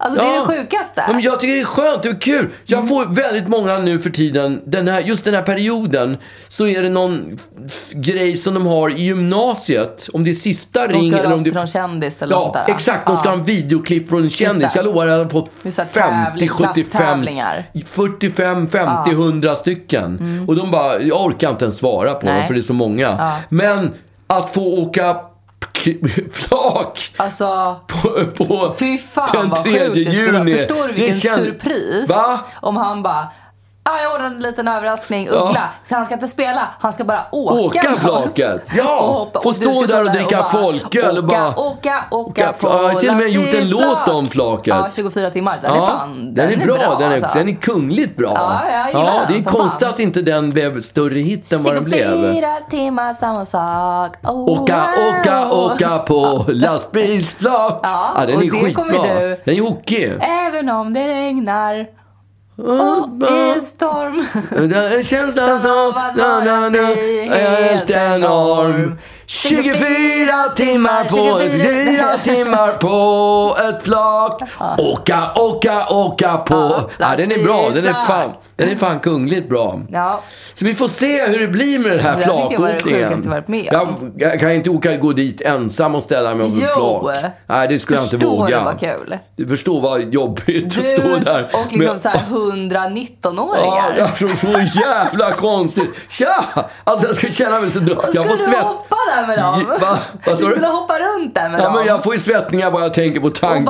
Speaker 1: Alltså det är
Speaker 2: Ja.
Speaker 1: det sjukaste. Mm.
Speaker 2: Ja, men jag tycker det är skönt, det är kul. Jag får väldigt många nu för tiden, den här, just den här perioden, så är det någon f- grej som de har i gymnasiet. Om det är sista
Speaker 1: de
Speaker 2: ring
Speaker 1: ska
Speaker 2: eller om
Speaker 1: rösta
Speaker 2: det
Speaker 1: till någon kändis eller något sånt
Speaker 2: Ja,
Speaker 1: där.
Speaker 2: exakt. De ska
Speaker 1: Ja.
Speaker 2: ha en videoklipp från en kändis.
Speaker 1: det.
Speaker 2: Jag lovar, jag har fått
Speaker 1: Vissa
Speaker 2: 50,
Speaker 1: tävling-
Speaker 2: 75,
Speaker 1: klasstävlingar.
Speaker 2: 45, 50, 100 stycken. Och de bara, jag orkar inte ens svara på
Speaker 1: Mm. Nej.
Speaker 2: dem för det är så många. Men att få åka k- flak
Speaker 1: Alltså,
Speaker 2: på, på
Speaker 1: Fy fan
Speaker 2: den
Speaker 1: vad
Speaker 2: 3
Speaker 1: sjukt det skulle vara.
Speaker 2: juni.
Speaker 1: Förstår du
Speaker 2: Det
Speaker 1: vilken
Speaker 2: känns-
Speaker 1: surpris?
Speaker 2: Va?
Speaker 1: Om han bara, ah, jag ordnade en liten överraskning, Uggla. Så han ska inte spela, han ska bara åka
Speaker 2: Åka
Speaker 1: någonstans.
Speaker 2: flaket. Ja,
Speaker 1: Och hoppa-
Speaker 2: få
Speaker 1: och du
Speaker 2: stå
Speaker 1: ska
Speaker 2: där och dricka folköl och bara-
Speaker 1: Åka, åka, åka
Speaker 2: Åka- Ja, jag har till och med gjort en
Speaker 1: lastbilsflak.
Speaker 2: låt om flaket.
Speaker 1: Ja, 24 timmar. Den är fan,
Speaker 2: den, är bra. den, är,
Speaker 1: alltså.
Speaker 2: den är kungligt bra.
Speaker 1: Ja, jag gillar den
Speaker 2: det är
Speaker 1: som
Speaker 2: konstigt
Speaker 1: fan.
Speaker 2: att inte den blev större hit än vad den blev.
Speaker 1: 24 timmar, samma sak. Oh,
Speaker 2: Åka,
Speaker 1: wow.
Speaker 2: åka, åka på lastbilsflak.
Speaker 1: Ja,
Speaker 2: den
Speaker 1: och
Speaker 2: är
Speaker 1: det kommer
Speaker 2: skitbra.
Speaker 1: du-
Speaker 2: Den är hockey.
Speaker 1: Även om det regnar och är storm.
Speaker 2: Den känslan som...
Speaker 1: Av att vara fri,
Speaker 2: Helt
Speaker 1: helt
Speaker 2: enorm.
Speaker 1: enorm.
Speaker 2: 24 timmar på,
Speaker 1: 24
Speaker 2: 24 timmar på ett flak. Åka, åka, åka på.
Speaker 1: Ja,
Speaker 2: Ja, den är bra. Den är
Speaker 1: lastbilsflak.
Speaker 2: fan, den är fan kungligt bra.
Speaker 1: Ja,
Speaker 2: Så vi får se hur det blir med den här
Speaker 1: Det här tycker jag var det
Speaker 2: flakåkningen.
Speaker 1: sjukaste jag varit med
Speaker 2: Jag,
Speaker 1: om.
Speaker 2: jag kan inte åka gå dit ensam och ställa mig på en
Speaker 1: Jo!
Speaker 2: flak. Nej, det skulle jag inte
Speaker 1: Förstår
Speaker 2: våga.
Speaker 1: du vad kul?
Speaker 2: Du förstår vad jobbigt att stå
Speaker 1: Du
Speaker 2: där.
Speaker 1: och liksom
Speaker 2: med-
Speaker 1: så här 119-åringar.
Speaker 2: Ja, alltså, så jävla konstigt. Tja! Alltså jag skulle känna mig så dum.
Speaker 1: Ska
Speaker 2: Jag får
Speaker 1: du
Speaker 2: svett...
Speaker 1: hoppa där över dem.
Speaker 2: Va? Vad sa
Speaker 1: du
Speaker 2: du?
Speaker 1: skulle hoppa runt där med
Speaker 2: Ja,
Speaker 1: dem.
Speaker 2: men jag får ju svettningar bara jag tänker på
Speaker 1: och
Speaker 2: tanken.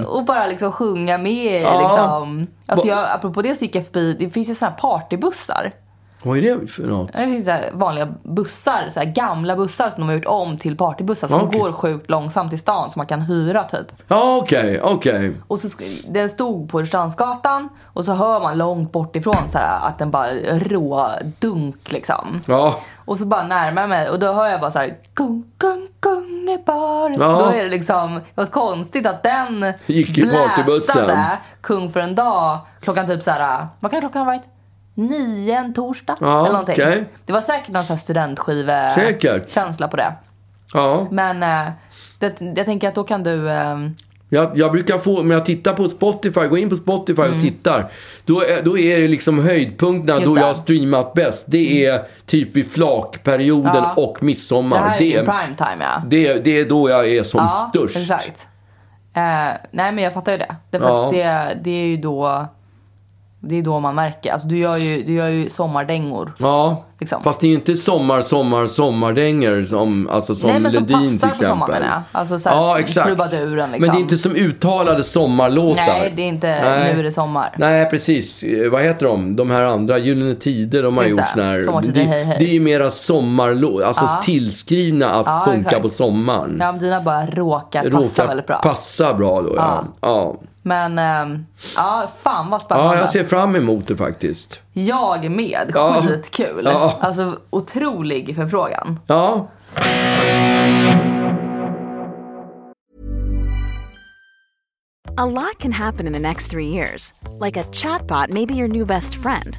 Speaker 1: bara, och bara liksom sjunga med
Speaker 2: Ja.
Speaker 1: liksom. Alltså
Speaker 2: Va-
Speaker 1: jag, apropå det så gick jag förbi, det finns ju såna här partybussar.
Speaker 2: Vad är det för något?
Speaker 1: Det finns så här vanliga bussar, så här gamla bussar som de har gjort om till partybussar som
Speaker 2: Okej.
Speaker 1: går sjukt långsamt i stan som man kan hyra typ.
Speaker 2: Ja, okej, okej.
Speaker 1: Och så sk- den stod på Rörstrandsgatan och så hör man långt bort ifrån så här, att den bara rådunk liksom.
Speaker 2: Ja,
Speaker 1: Och så bara närmar jag mig och då hör jag bara så här gung, gung, gung är bara.
Speaker 2: Ja.
Speaker 1: Då är det liksom, det var så konstigt att den
Speaker 2: Gick i partybussen.
Speaker 1: blastade Kung för en dag klockan typ så här, vad kan klockan ha varit? Nio en torsdag
Speaker 2: Ja,
Speaker 1: eller någonting.
Speaker 2: okej.
Speaker 1: Det var säkert någon så här studentskive
Speaker 2: Säkert.
Speaker 1: känsla på det.
Speaker 2: ja.
Speaker 1: Men eh, det, jag tänker att då kan du, eh,
Speaker 2: Jag, jag brukar få, om jag tittar på Spotify, går in på Spotify och tittar. Då är, då är det liksom höjdpunkterna
Speaker 1: Mm. Just
Speaker 2: då
Speaker 1: det. Mm.
Speaker 2: jag har streamat bäst. Det är typ vid flakperioden
Speaker 1: Ja.
Speaker 2: och
Speaker 1: det
Speaker 2: midsommar.
Speaker 1: här är
Speaker 2: det,
Speaker 1: ju prime time ja.
Speaker 2: det, det är då jag är som störst.
Speaker 1: exakt. Eh, nej men jag fattar ju det. Därför
Speaker 2: Ja.
Speaker 1: att det, det är ju då det är då man märker. Alltså du gör ju, du gör ju sommardängor.
Speaker 2: Ja,
Speaker 1: Liksom.
Speaker 2: fast det är inte sommar, sommar, sommardänger som, alltså som
Speaker 1: Nej, men som
Speaker 2: Ledin till
Speaker 1: passar på
Speaker 2: exempel.
Speaker 1: sommaren, ja. Alltså så här,
Speaker 2: ja, exakt.
Speaker 1: trubaduren, liksom.
Speaker 2: Men det är inte som uttalade sommarlåtar.
Speaker 1: Nej, det är inte
Speaker 2: Nej.
Speaker 1: nu är det sommar.
Speaker 2: Nej, precis. Eh, Vad heter de? De här andra, Gyllene Tider, de har
Speaker 1: Just
Speaker 2: gjort
Speaker 1: det.
Speaker 2: såna här.
Speaker 1: Sommartider,
Speaker 2: det,
Speaker 1: hej, hej.
Speaker 2: det är ju mera sommarlåt, alltså tillskrivna att
Speaker 1: Ja,
Speaker 2: funka
Speaker 1: exakt.
Speaker 2: på sommaren.
Speaker 1: Ja, men dina bara råkar passa väldigt bra.
Speaker 2: passa bra då, ja. Ja.
Speaker 1: Men ehm, ja, fan vad
Speaker 2: ja,
Speaker 1: spännande.
Speaker 2: jag ser fram emot det faktiskt.
Speaker 1: Jag med,
Speaker 2: Ja.
Speaker 1: skitkul.
Speaker 2: Ja.
Speaker 1: Alltså otrolig förfrågan.
Speaker 2: Ja,
Speaker 6: A lot can happen in the next three years. Like a chatbot may be your new best friend.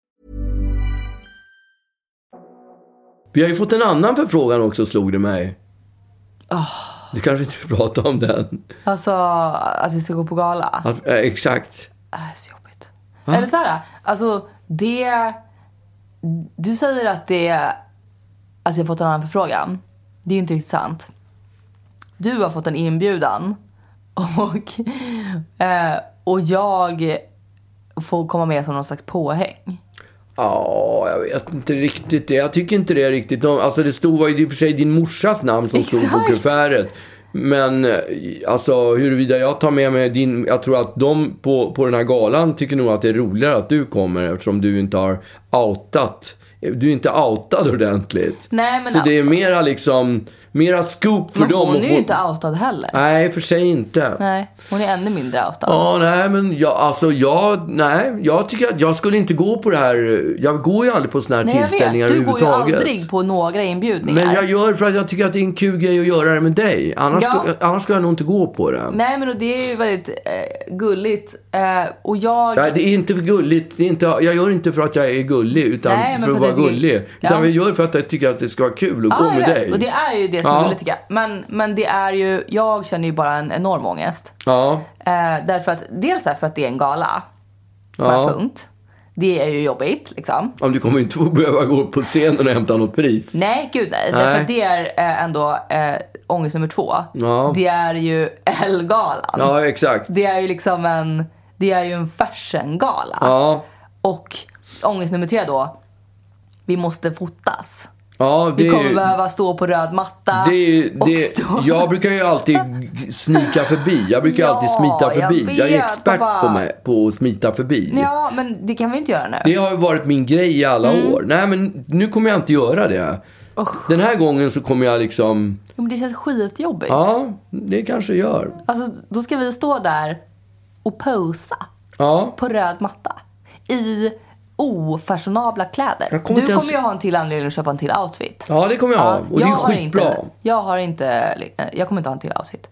Speaker 2: vi har ju fått en annan förfrågan också, slog det mig.
Speaker 1: Ah.
Speaker 2: Du kanske inte vill prata om den?
Speaker 1: Alltså att vi ska gå på gala.
Speaker 2: Att, eh, exakt.
Speaker 1: Äh, så jobbigt. Eller så här, alltså det... Du säger att det... Alltså jag har fått en annan förfrågan. Det är ju inte riktigt sant. Du har fått en inbjudan och, eh, och jag får komma med som någon slags påhäng.
Speaker 2: Ja, jag vet inte riktigt det. Jag tycker inte det är riktigt. De- Alltså det stod var ju i och för sig din morsas namn som stod
Speaker 1: Exakt.
Speaker 2: på kuvertet. Men eh, alltså huruvida jag tar med mig din... Jag tror att de på, på den här galan tycker nog att det är roligare att du kommer eftersom du inte har outat. Du är inte outad ordentligt.
Speaker 1: Nej, men
Speaker 2: Så det är
Speaker 1: alltså-
Speaker 2: mera liksom... Mera scoop för
Speaker 1: Men
Speaker 2: dem.
Speaker 1: hon
Speaker 2: att
Speaker 1: är
Speaker 2: få-
Speaker 1: ju inte outad heller.
Speaker 2: Nej, för sig inte.
Speaker 1: Nej, hon är ännu mindre outad.
Speaker 2: Ja, nej, men jag, alltså jag, nej, jag tycker att jag skulle inte gå på det här. Jag går ju aldrig på såna här
Speaker 1: Nej jag vet,
Speaker 2: tillställningar
Speaker 1: du går ju
Speaker 2: överhuvudtaget.
Speaker 1: aldrig på några inbjudningar.
Speaker 2: Men jag gör för att jag tycker att det är en kul grej att göra det med dig. Annars,
Speaker 1: Ja.
Speaker 2: skulle, annars skulle jag nog inte gå på det. Nej.
Speaker 1: Nej men och det är ju väldigt eh, gulligt. Eh, och jag...
Speaker 2: det är inte för gulligt. Det är inte, jag gör inte för att jag är gullig, utan
Speaker 1: Nej, men
Speaker 2: för att
Speaker 1: för
Speaker 2: vara
Speaker 1: att jag tycker-
Speaker 2: gullig. Utan
Speaker 1: Ja.
Speaker 2: jag gör för att jag tycker att det ska vara kul att
Speaker 1: Ah, Ja,
Speaker 2: gå
Speaker 1: jag
Speaker 2: med
Speaker 1: vet.
Speaker 2: dig.
Speaker 1: Och det är ju det som är
Speaker 2: Ja.
Speaker 1: gulligt tycker jag. Men, men det är ju, jag känner ju bara en enorm ångest.
Speaker 2: Ja,
Speaker 1: Eh, därför att, dels är för att det är en gala, bara
Speaker 2: ja.
Speaker 1: punkt. Det är ju jobbigt liksom.
Speaker 2: Om du kommer ju inte få behöva gå upp på scenen och hämta något pris.
Speaker 1: Nej, gud nej.
Speaker 2: Nej.
Speaker 1: Därför att det är eh, ändå eh, ångest nummer två.
Speaker 2: Ja.
Speaker 1: Det är ju Ellegalan.
Speaker 2: Ja, exakt.
Speaker 1: Det är ju liksom en, det är ju en fashion-gala.
Speaker 2: Ja,
Speaker 1: Och ångest nummer tre då, vi måste fotas.
Speaker 2: ja det
Speaker 1: Vi kommer
Speaker 2: är ju...
Speaker 1: behöva stå på röd matta
Speaker 2: Det är, ju-
Speaker 1: och
Speaker 2: det,
Speaker 1: stå...
Speaker 2: jag brukar ju alltid g- snika förbi. Jag brukar
Speaker 1: Ja,
Speaker 2: alltid smita
Speaker 1: jag
Speaker 2: förbi. Jag, är
Speaker 1: vet,
Speaker 2: expert
Speaker 1: pappa.
Speaker 2: på, mig, på att smita förbi.
Speaker 1: Ja, men det kan vi inte göra nu. Mm.
Speaker 2: Det har ju varit min grej i alla år. Nej, men nu kommer jag inte göra det. Den här gången så kommer jag liksom...
Speaker 1: Jo, men det känns skitjobbigt.
Speaker 2: Ja, det kanske gör.
Speaker 1: Alltså, då ska vi stå där och posa
Speaker 2: Ja.
Speaker 1: på röd matta i ofashionabla kläder.
Speaker 2: Jag kommer
Speaker 1: du
Speaker 2: inte
Speaker 1: kommer
Speaker 2: ens-
Speaker 1: ju ha en till anledning att köpa en till outfit.
Speaker 2: Ja, det kommer jag ha. Och det är
Speaker 1: har
Speaker 2: skitbra.
Speaker 1: Inte, jag har inte, eh, jag kommer inte ha en till outfit.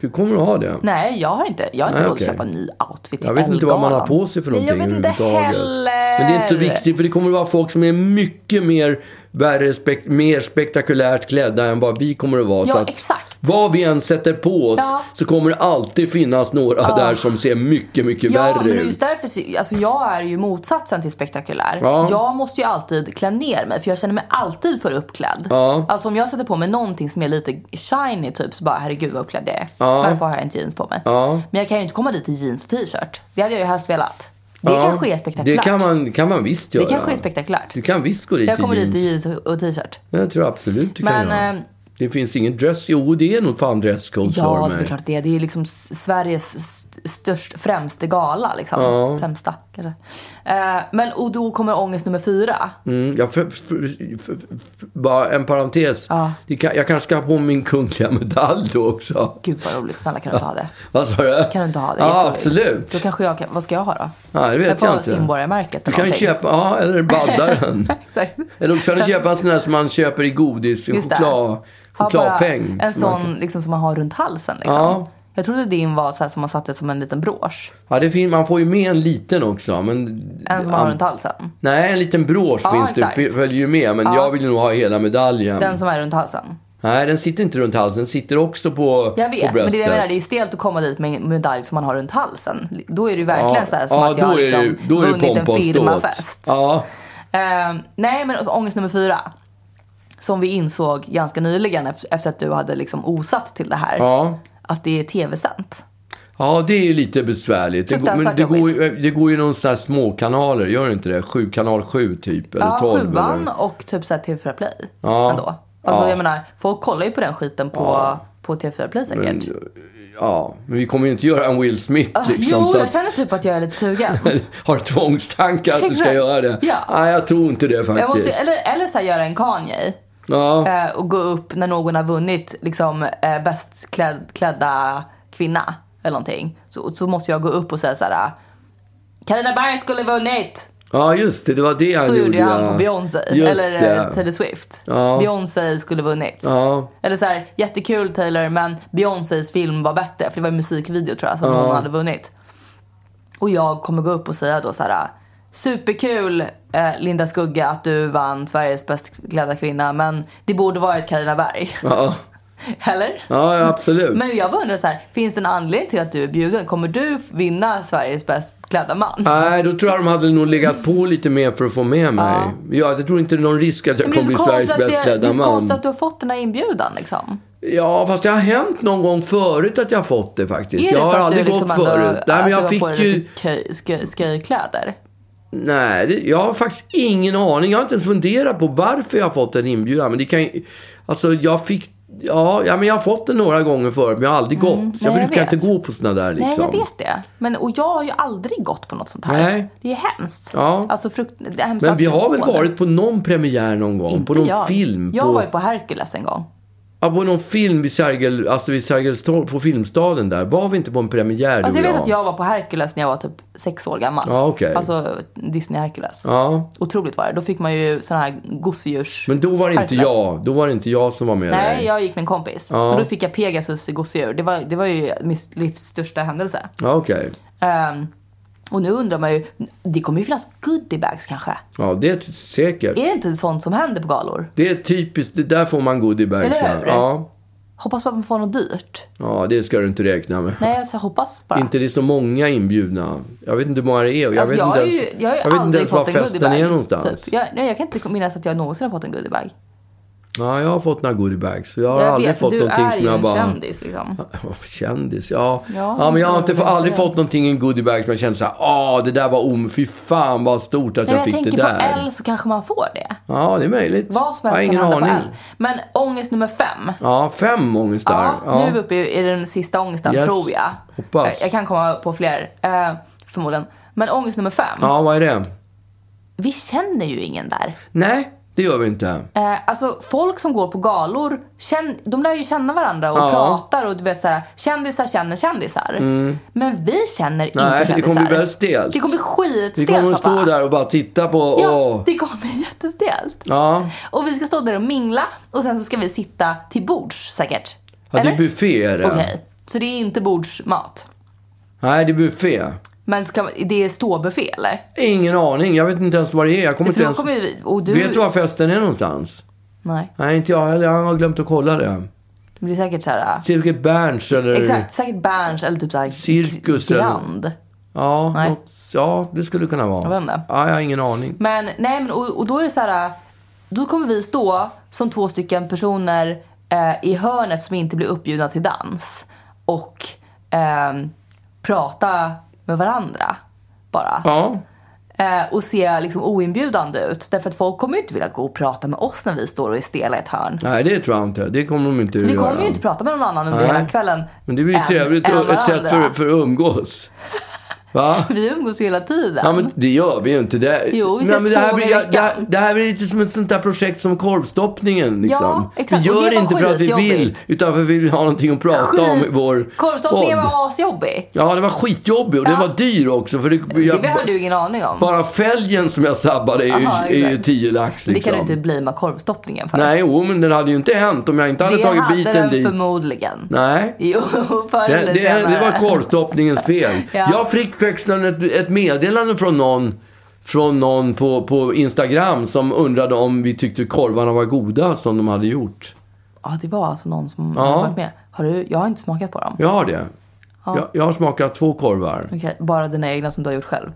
Speaker 2: Du kommer att ha det.
Speaker 1: Nej, jag har inte, jag har inte
Speaker 2: Nej,
Speaker 1: råd att
Speaker 2: okej.
Speaker 1: köpa en ny outfit till
Speaker 2: Jag vet inte vad man har
Speaker 1: Ellegalan.
Speaker 2: på sig för
Speaker 1: Nej,
Speaker 2: någonting
Speaker 1: Jag vet inte
Speaker 2: överhuvudtaget.
Speaker 1: heller.
Speaker 2: Men det är inte så viktigt för det kommer att vara folk som är mycket mer, värre, spek- mer spektakulärt klädda än vad vi kommer att vara.
Speaker 1: Ja,
Speaker 2: så alltså, att
Speaker 1: exakt.
Speaker 2: Vad vi än sätter på oss
Speaker 1: Ja. Ah.
Speaker 2: så kommer det alltid finnas några där som ser mycket, mycket
Speaker 1: Ja, men
Speaker 2: värre
Speaker 1: det är just
Speaker 2: ut.
Speaker 1: därför, så- alltså jag är ju motsatsen till spektakulär.
Speaker 2: Ja.
Speaker 1: Jag måste ju alltid klä ner mig för jag känner mig alltid för uppklädd.
Speaker 2: Ja.
Speaker 1: Alltså om jag sätter på mig någonting som är lite shiny typ så bara herregud vad uppklädd jag är. Varför har jag inte jeans på mig?
Speaker 2: Ja.
Speaker 1: Men jag kan ju inte komma dit i jeans och t-shirt. Det hade jag ju helst velat. Det
Speaker 2: Ja,
Speaker 1: kanske är spektakulärt.
Speaker 2: Det kan man, kan man visst göra.
Speaker 1: Det kanske är spektakulärt.
Speaker 2: Du kan visst gå dit
Speaker 1: Jag kommer
Speaker 2: i
Speaker 1: dit
Speaker 2: jeans.
Speaker 1: i jeans och och t-shirt.
Speaker 2: Jag tror absolut du
Speaker 1: Men,
Speaker 2: kan göra.
Speaker 1: ehm,
Speaker 2: Det finns ingen dress... Jo, det är nog fan dresscode
Speaker 1: Ja,
Speaker 2: för
Speaker 1: det är
Speaker 2: mig.
Speaker 1: klart det är. Det är ju liksom s- Sveriges st- störst, främste gala liksom. Främsta kanske. Eh, men och då kommer ångest nummer fyra.
Speaker 2: Mm, jag för, för, för, för, bara en parentes. Det kan, jag kanske ska ha på min kungliga medalj då också.
Speaker 1: Gud vad roligt, snälla kan du inte ha det?
Speaker 2: Vad sa du?
Speaker 1: Kan du inte ha det?
Speaker 2: Ja,
Speaker 1: Jätteroligt.
Speaker 2: absolut.
Speaker 1: Då kanske jag kan, vad ska jag ha då?
Speaker 2: Ja, det vet
Speaker 1: jag får
Speaker 2: jag
Speaker 1: ha
Speaker 2: inte.
Speaker 1: simborgarmärket
Speaker 2: Du
Speaker 1: eller
Speaker 2: kan
Speaker 1: någonting.
Speaker 2: köpa, ja, eller baddaren.
Speaker 1: Exakt.
Speaker 2: eller också kan du köpa en sån där som man köper i godis,
Speaker 1: Just det.
Speaker 2: choklad,
Speaker 1: Ha bara
Speaker 2: chokladpeng.
Speaker 1: En
Speaker 2: som man
Speaker 1: sån
Speaker 2: kan-
Speaker 1: liksom, som man har runt halsen liksom.
Speaker 2: Ja.
Speaker 1: Jag trodde din var så här som man satte som en liten brosch.
Speaker 2: Ja, det finns, man får ju med en liten också. Men,
Speaker 1: En som man har
Speaker 2: an-
Speaker 1: runt halsen.
Speaker 2: Nej, en liten brosch
Speaker 1: Ja,
Speaker 2: finns
Speaker 1: exakt.
Speaker 2: det, f- följer ju med. Men jag vill ju nog ha hela medaljen.
Speaker 1: Den som är runt halsen.
Speaker 2: Nej, den sitter inte runt halsen. Den sitter också på
Speaker 1: Jag vet, men
Speaker 2: på
Speaker 1: det är
Speaker 2: bröstet.
Speaker 1: det jag menar, det är ju stelt att komma dit med en medalj som man har runt halsen. Då är det ju verkligen så här som
Speaker 2: ja,
Speaker 1: att jag har
Speaker 2: då är det
Speaker 1: liksom
Speaker 2: ju- då är det
Speaker 1: vunnit en
Speaker 2: pompa och ståt.
Speaker 1: firmafest.
Speaker 2: Ja,
Speaker 1: Eh, nej, men ångest nummer fyra. Som vi insåg ganska nyligen ef- efter att du hade liksom osatt till det här.
Speaker 2: ja.
Speaker 1: Att det är tv-sänt.
Speaker 2: Ja, det är ju lite besvärligt. Det går, men
Speaker 1: Fruktansvärt
Speaker 2: det går, ju- det går ju någon sån här småkanaler, gör det inte det? Sju, kanal 7 typ, eller
Speaker 1: Ja,
Speaker 2: 12.
Speaker 1: sjuan
Speaker 2: eller?
Speaker 1: och typ såhär TV4 Play.
Speaker 2: Ja.
Speaker 1: Ändå. Alltså
Speaker 2: Ja.
Speaker 1: jag menar, folk kollar ju på den skiten på, på TV4 Play säkert.
Speaker 2: Ja, men vi kommer ju inte göra en Will Smith
Speaker 1: Ah,
Speaker 2: liksom.
Speaker 1: jo,
Speaker 2: så
Speaker 1: jag
Speaker 2: att,
Speaker 1: känner typ att jag är lite sugen.
Speaker 2: har tvångstankar att du ska
Speaker 1: Exakt.
Speaker 2: göra det.
Speaker 1: Ja.
Speaker 2: Nej, jag tror inte det faktiskt.
Speaker 1: jag måste, eller eller såhär göra en Kanye.
Speaker 2: ja.
Speaker 1: Eh, och gå upp när någon har vunnit liksom eh, bäst klädd, klädda kvinna. Eller någonting. Så, så måste jag gå upp och säga såhär. Carina Berg skulle vunnit.
Speaker 2: ja, just det. Det var det han
Speaker 1: Så gjorde
Speaker 2: gjorde.
Speaker 1: ju han
Speaker 2: ja.
Speaker 1: på Beyoncé.
Speaker 2: Just
Speaker 1: Eller eh,
Speaker 2: det.
Speaker 1: Taylor Swift.
Speaker 2: Ja.
Speaker 1: Beyoncé skulle vunnit.
Speaker 2: Ja.
Speaker 1: Eller så här, jättekul Taylor men Beyoncés film var bättre. För det var en musikvideo tror jag som hon hade vunnit. Och jag kommer gå upp och säga då så här. Superkul eh, Linda Skugge att du vann Sveriges bäst klädda kvinna men det borde varit Carina Berg.
Speaker 2: Ja,
Speaker 1: Eller?
Speaker 2: ja, ja, absolut.
Speaker 1: Men jag bara undrar så här, finns det en anledning till att du är bjuden? Kommer du vinna Sveriges bäst klädda man?
Speaker 2: Nej, då tror jag de hade nog legat på lite mer för att få med mig. Ja. jag tror inte det är någon risk att jag
Speaker 1: Men det är
Speaker 2: kommer
Speaker 1: så
Speaker 2: bli
Speaker 1: konstigt
Speaker 2: Sveriges
Speaker 1: att vi-
Speaker 2: bäst
Speaker 1: det är
Speaker 2: klädda
Speaker 1: så
Speaker 2: man.
Speaker 1: konstigt att du har fått den här inbjudan liksom.
Speaker 2: Ja, fast det har hänt någon gång förut att jag har fått det faktiskt.
Speaker 1: Är det
Speaker 2: jag har
Speaker 1: för att
Speaker 2: aldrig
Speaker 1: du
Speaker 2: gått
Speaker 1: liksom ändå-
Speaker 2: förut. Nej,
Speaker 1: att
Speaker 2: men
Speaker 1: du
Speaker 2: jag
Speaker 1: har på
Speaker 2: fick
Speaker 1: dig
Speaker 2: ju...
Speaker 1: lite köj- skö- Sköjkläder.
Speaker 2: Nej, det, jag har faktiskt ingen aning. Jag har inte ens funderat på varför jag har fått en inbjudan. Men det kan ju... Alltså, jag fick... Ja, ja, men jag har fått den några gånger förut, men jag har aldrig gått. Så jag
Speaker 1: Mm, nej, jag
Speaker 2: brukar
Speaker 1: vet.
Speaker 2: inte gå på såna där liksom.
Speaker 1: Nej, jag vet det. Men, och jag har ju aldrig gått på något sånt här.
Speaker 2: Nej.
Speaker 1: Det är hemskt.
Speaker 2: Ja.
Speaker 1: Alltså frukt, det är hemskt
Speaker 2: Men
Speaker 1: att
Speaker 2: vi
Speaker 1: jag
Speaker 2: har väl
Speaker 1: får det.
Speaker 2: varit på någon premiär någon gång?
Speaker 1: Inte
Speaker 2: på någon
Speaker 1: jag.
Speaker 2: film?
Speaker 1: Jag
Speaker 2: på...
Speaker 1: var ju på Hercules en gång.
Speaker 2: Ja, på någon film vid Sergel, alltså vid Sergels torg, på Filmstaden där. Var vi inte på en premiär
Speaker 1: Alltså
Speaker 2: du
Speaker 1: jag
Speaker 2: och
Speaker 1: vet att jag var på Hercules när jag var typ sex år gammal.
Speaker 2: Ja, okej.
Speaker 1: Alltså Disney Hercules.
Speaker 2: Ja,
Speaker 1: Otroligt var det. Då fick man ju sån här gosedjurs...
Speaker 2: men då var det inte
Speaker 1: Hercules.
Speaker 2: jag. Då var det inte jag som var med
Speaker 1: Nej,
Speaker 2: dig.
Speaker 1: jag gick med en kompis. Och då fick jag Pegasus i gosedjur. Det var, det var ju mitt livs största händelse.
Speaker 2: Ja, okej.
Speaker 1: Ehm, och nu undrar man ju, det kommer ju finnas goodiebags kanske?
Speaker 2: Ja, det är t- säkert.
Speaker 1: Är det inte sånt som händer på galor?
Speaker 2: Det är typiskt, det där får man goodiebags.
Speaker 1: Eller
Speaker 2: här.
Speaker 1: hur?
Speaker 2: Ja,
Speaker 1: Hoppas man får något dyrt.
Speaker 2: ja, det ska du inte räkna med.
Speaker 1: Nej, alltså jag hoppas bara.
Speaker 2: Inte det är så många inbjudna. Jag vet inte hur många det är. och Jag
Speaker 1: alltså,
Speaker 2: vet
Speaker 1: jag,
Speaker 2: inte
Speaker 1: har
Speaker 2: ens,
Speaker 1: ju, jag har ju
Speaker 2: jag vet inte
Speaker 1: aldrig
Speaker 2: ens var
Speaker 1: fått en
Speaker 2: festen
Speaker 1: goodiebag.
Speaker 2: är någonstans.
Speaker 1: Typ. Jag, nej, jag kan inte minnas att jag någonsin har fått en goodiebag.
Speaker 2: Ja, jag har fått några goodiebags. Jag har
Speaker 1: jag
Speaker 2: aldrig
Speaker 1: vet,
Speaker 2: fått
Speaker 1: du
Speaker 2: någonting
Speaker 1: är
Speaker 2: som
Speaker 1: ju
Speaker 2: jag
Speaker 1: en
Speaker 2: bara...
Speaker 1: kändis liksom.
Speaker 2: Ja, Kändis, ja.
Speaker 1: Ja,
Speaker 2: ja. men jag har
Speaker 1: det
Speaker 2: inte,
Speaker 1: var
Speaker 2: aldrig
Speaker 1: det.
Speaker 2: fått någonting i en goodiebag som jag kände så här, ah det där var om, fy fan vad stort
Speaker 1: Nej,
Speaker 2: att jag
Speaker 1: men jag
Speaker 2: fick det
Speaker 1: tänker på
Speaker 2: där.
Speaker 1: L så kanske man får det.
Speaker 2: Ja, det är möjligt.
Speaker 1: Vad som
Speaker 2: jag har
Speaker 1: helst kan
Speaker 2: ingen
Speaker 1: hända på
Speaker 2: aning.
Speaker 1: L. Men ångest nummer fem.
Speaker 2: Ja, fem ångestar.
Speaker 1: Ja,
Speaker 2: Ja.
Speaker 1: nu är vi uppe i, i den sista ångesten
Speaker 2: Yes.
Speaker 1: tror jag.
Speaker 2: Hoppas.
Speaker 1: Eh, Jag kan komma på fler, eh, förmodligen. Men ångest nummer fem.
Speaker 2: ja, vad är det?
Speaker 1: Vi känner ju ingen där.
Speaker 2: Nej, det Det gör vi inte.
Speaker 1: Eh, alltså folk som går på galor, känn, de lär ju känna varandra och
Speaker 2: Ja.
Speaker 1: pratar och du vet såhär, kändisar känner kändisar. Men vi känner inte kändisar.
Speaker 2: Mm. det kommer bli väldigt stelt.
Speaker 1: Det kommer bli skitstelt
Speaker 2: Vi kommer att stå
Speaker 1: pappa.
Speaker 2: där och bara titta på...
Speaker 1: Ja,
Speaker 2: åh.
Speaker 1: det kommer bli jättestelt.
Speaker 2: Ja.
Speaker 1: Och vi ska stå där och mingla och sen så ska vi sitta till bords säkert.
Speaker 2: ja, det är
Speaker 1: Eller?
Speaker 2: buffé är det.
Speaker 1: Okej, så det är inte bordsmat.
Speaker 2: Nej, det är buffé.
Speaker 1: Men ska, det är ståbuffé eller?
Speaker 2: Ingen aning. Jag vet inte ens vad det är. Jag kommer
Speaker 1: För
Speaker 2: inte
Speaker 1: då kommer
Speaker 2: ens...
Speaker 1: vi, och du...
Speaker 2: Vet du var festen är någonstans?
Speaker 1: Nej,
Speaker 2: Nej, inte jag heller. Jag har glömt att kolla det.
Speaker 1: det blir säkert såhär...
Speaker 2: Cirkel Berns eller...
Speaker 1: Exakt, säkert Berns eller typ såhär...
Speaker 2: Cirkus eller-
Speaker 1: Grand.
Speaker 2: Ja,
Speaker 1: Nej.
Speaker 2: något... ja, det skulle kunna vara.
Speaker 1: Jag vet inte.
Speaker 2: Ja, jag har ingen aning.
Speaker 1: Men nej men och, och då är det så här. Då kommer vi stå som två stycken personer eh, i hörnet som inte blir uppbjudna till dans. Och ehm, prata med varandra bara.
Speaker 2: Ja.
Speaker 1: Eh, och se liksom oinbjudande ut. Därför att folk kommer ju inte vilja gå och prata med oss när vi står och är stela i ett hörn.
Speaker 2: Nej, det tror jag inte. Det kommer de inte
Speaker 1: Så vi kommer
Speaker 2: göra.
Speaker 1: ju inte prata med någon annan under
Speaker 2: Nej.
Speaker 1: hela kvällen.
Speaker 2: Men det blir ju
Speaker 1: än-
Speaker 2: trevligt.
Speaker 1: än
Speaker 2: Ett sätt
Speaker 1: varandra.
Speaker 2: för, för att umgås. Va?
Speaker 1: Vi umgås ju hela tiden.
Speaker 2: Ja, men det gör vi ju inte. Det,
Speaker 1: Jo, vi
Speaker 2: Nej,
Speaker 1: ses
Speaker 2: men det här
Speaker 1: två
Speaker 2: blir,
Speaker 1: gånger i
Speaker 2: det, här,
Speaker 1: veckan.
Speaker 2: det här blir lite som ett sånt där projekt som korvstoppningen. Liksom.
Speaker 1: exakt.
Speaker 2: Vi
Speaker 1: Och
Speaker 2: gör
Speaker 1: det
Speaker 2: det
Speaker 1: var
Speaker 2: inte för att vi vill,
Speaker 1: skitjobbigt.
Speaker 2: utan för att vi vill ha någonting att prata om i vår
Speaker 1: Korvstoppningen
Speaker 2: podd.
Speaker 1: var asjobbig.
Speaker 2: Ja, det var skitjobbigt och det
Speaker 1: Ja.
Speaker 2: var dyr också. För det,
Speaker 1: Det
Speaker 2: jag,
Speaker 1: hade du ingen aning om.
Speaker 2: bara fälgen som jag sabbade är ju-
Speaker 1: Aha,
Speaker 2: är ju
Speaker 1: exakt.
Speaker 2: 10 lax.
Speaker 1: Det
Speaker 2: Liksom.
Speaker 1: kan du inte blima korvstoppningen för.
Speaker 2: Nej, jo, men den hade ju inte hänt om jag inte hade
Speaker 1: det
Speaker 2: tagit
Speaker 1: hade
Speaker 2: biten
Speaker 1: den
Speaker 2: dit.
Speaker 1: förmodligen.
Speaker 2: Nej.
Speaker 1: Jo, förr
Speaker 2: Det,
Speaker 1: eller
Speaker 2: det,
Speaker 1: senare.
Speaker 2: det var korvstoppningens fel.
Speaker 1: Ja.
Speaker 2: Jag fick växeln ett, ett meddelande från någon, från någon på, på Instagram som undrade om vi tyckte korvarna var goda som de hade gjort.
Speaker 1: Ja, det var alltså någon som
Speaker 2: Ja.
Speaker 1: hade varit med. Har du, jag har inte smakat på dem.
Speaker 2: Jag har det. Jag, jag har smakat två korvar.
Speaker 1: Okej, bara dina egna som du har gjort själv.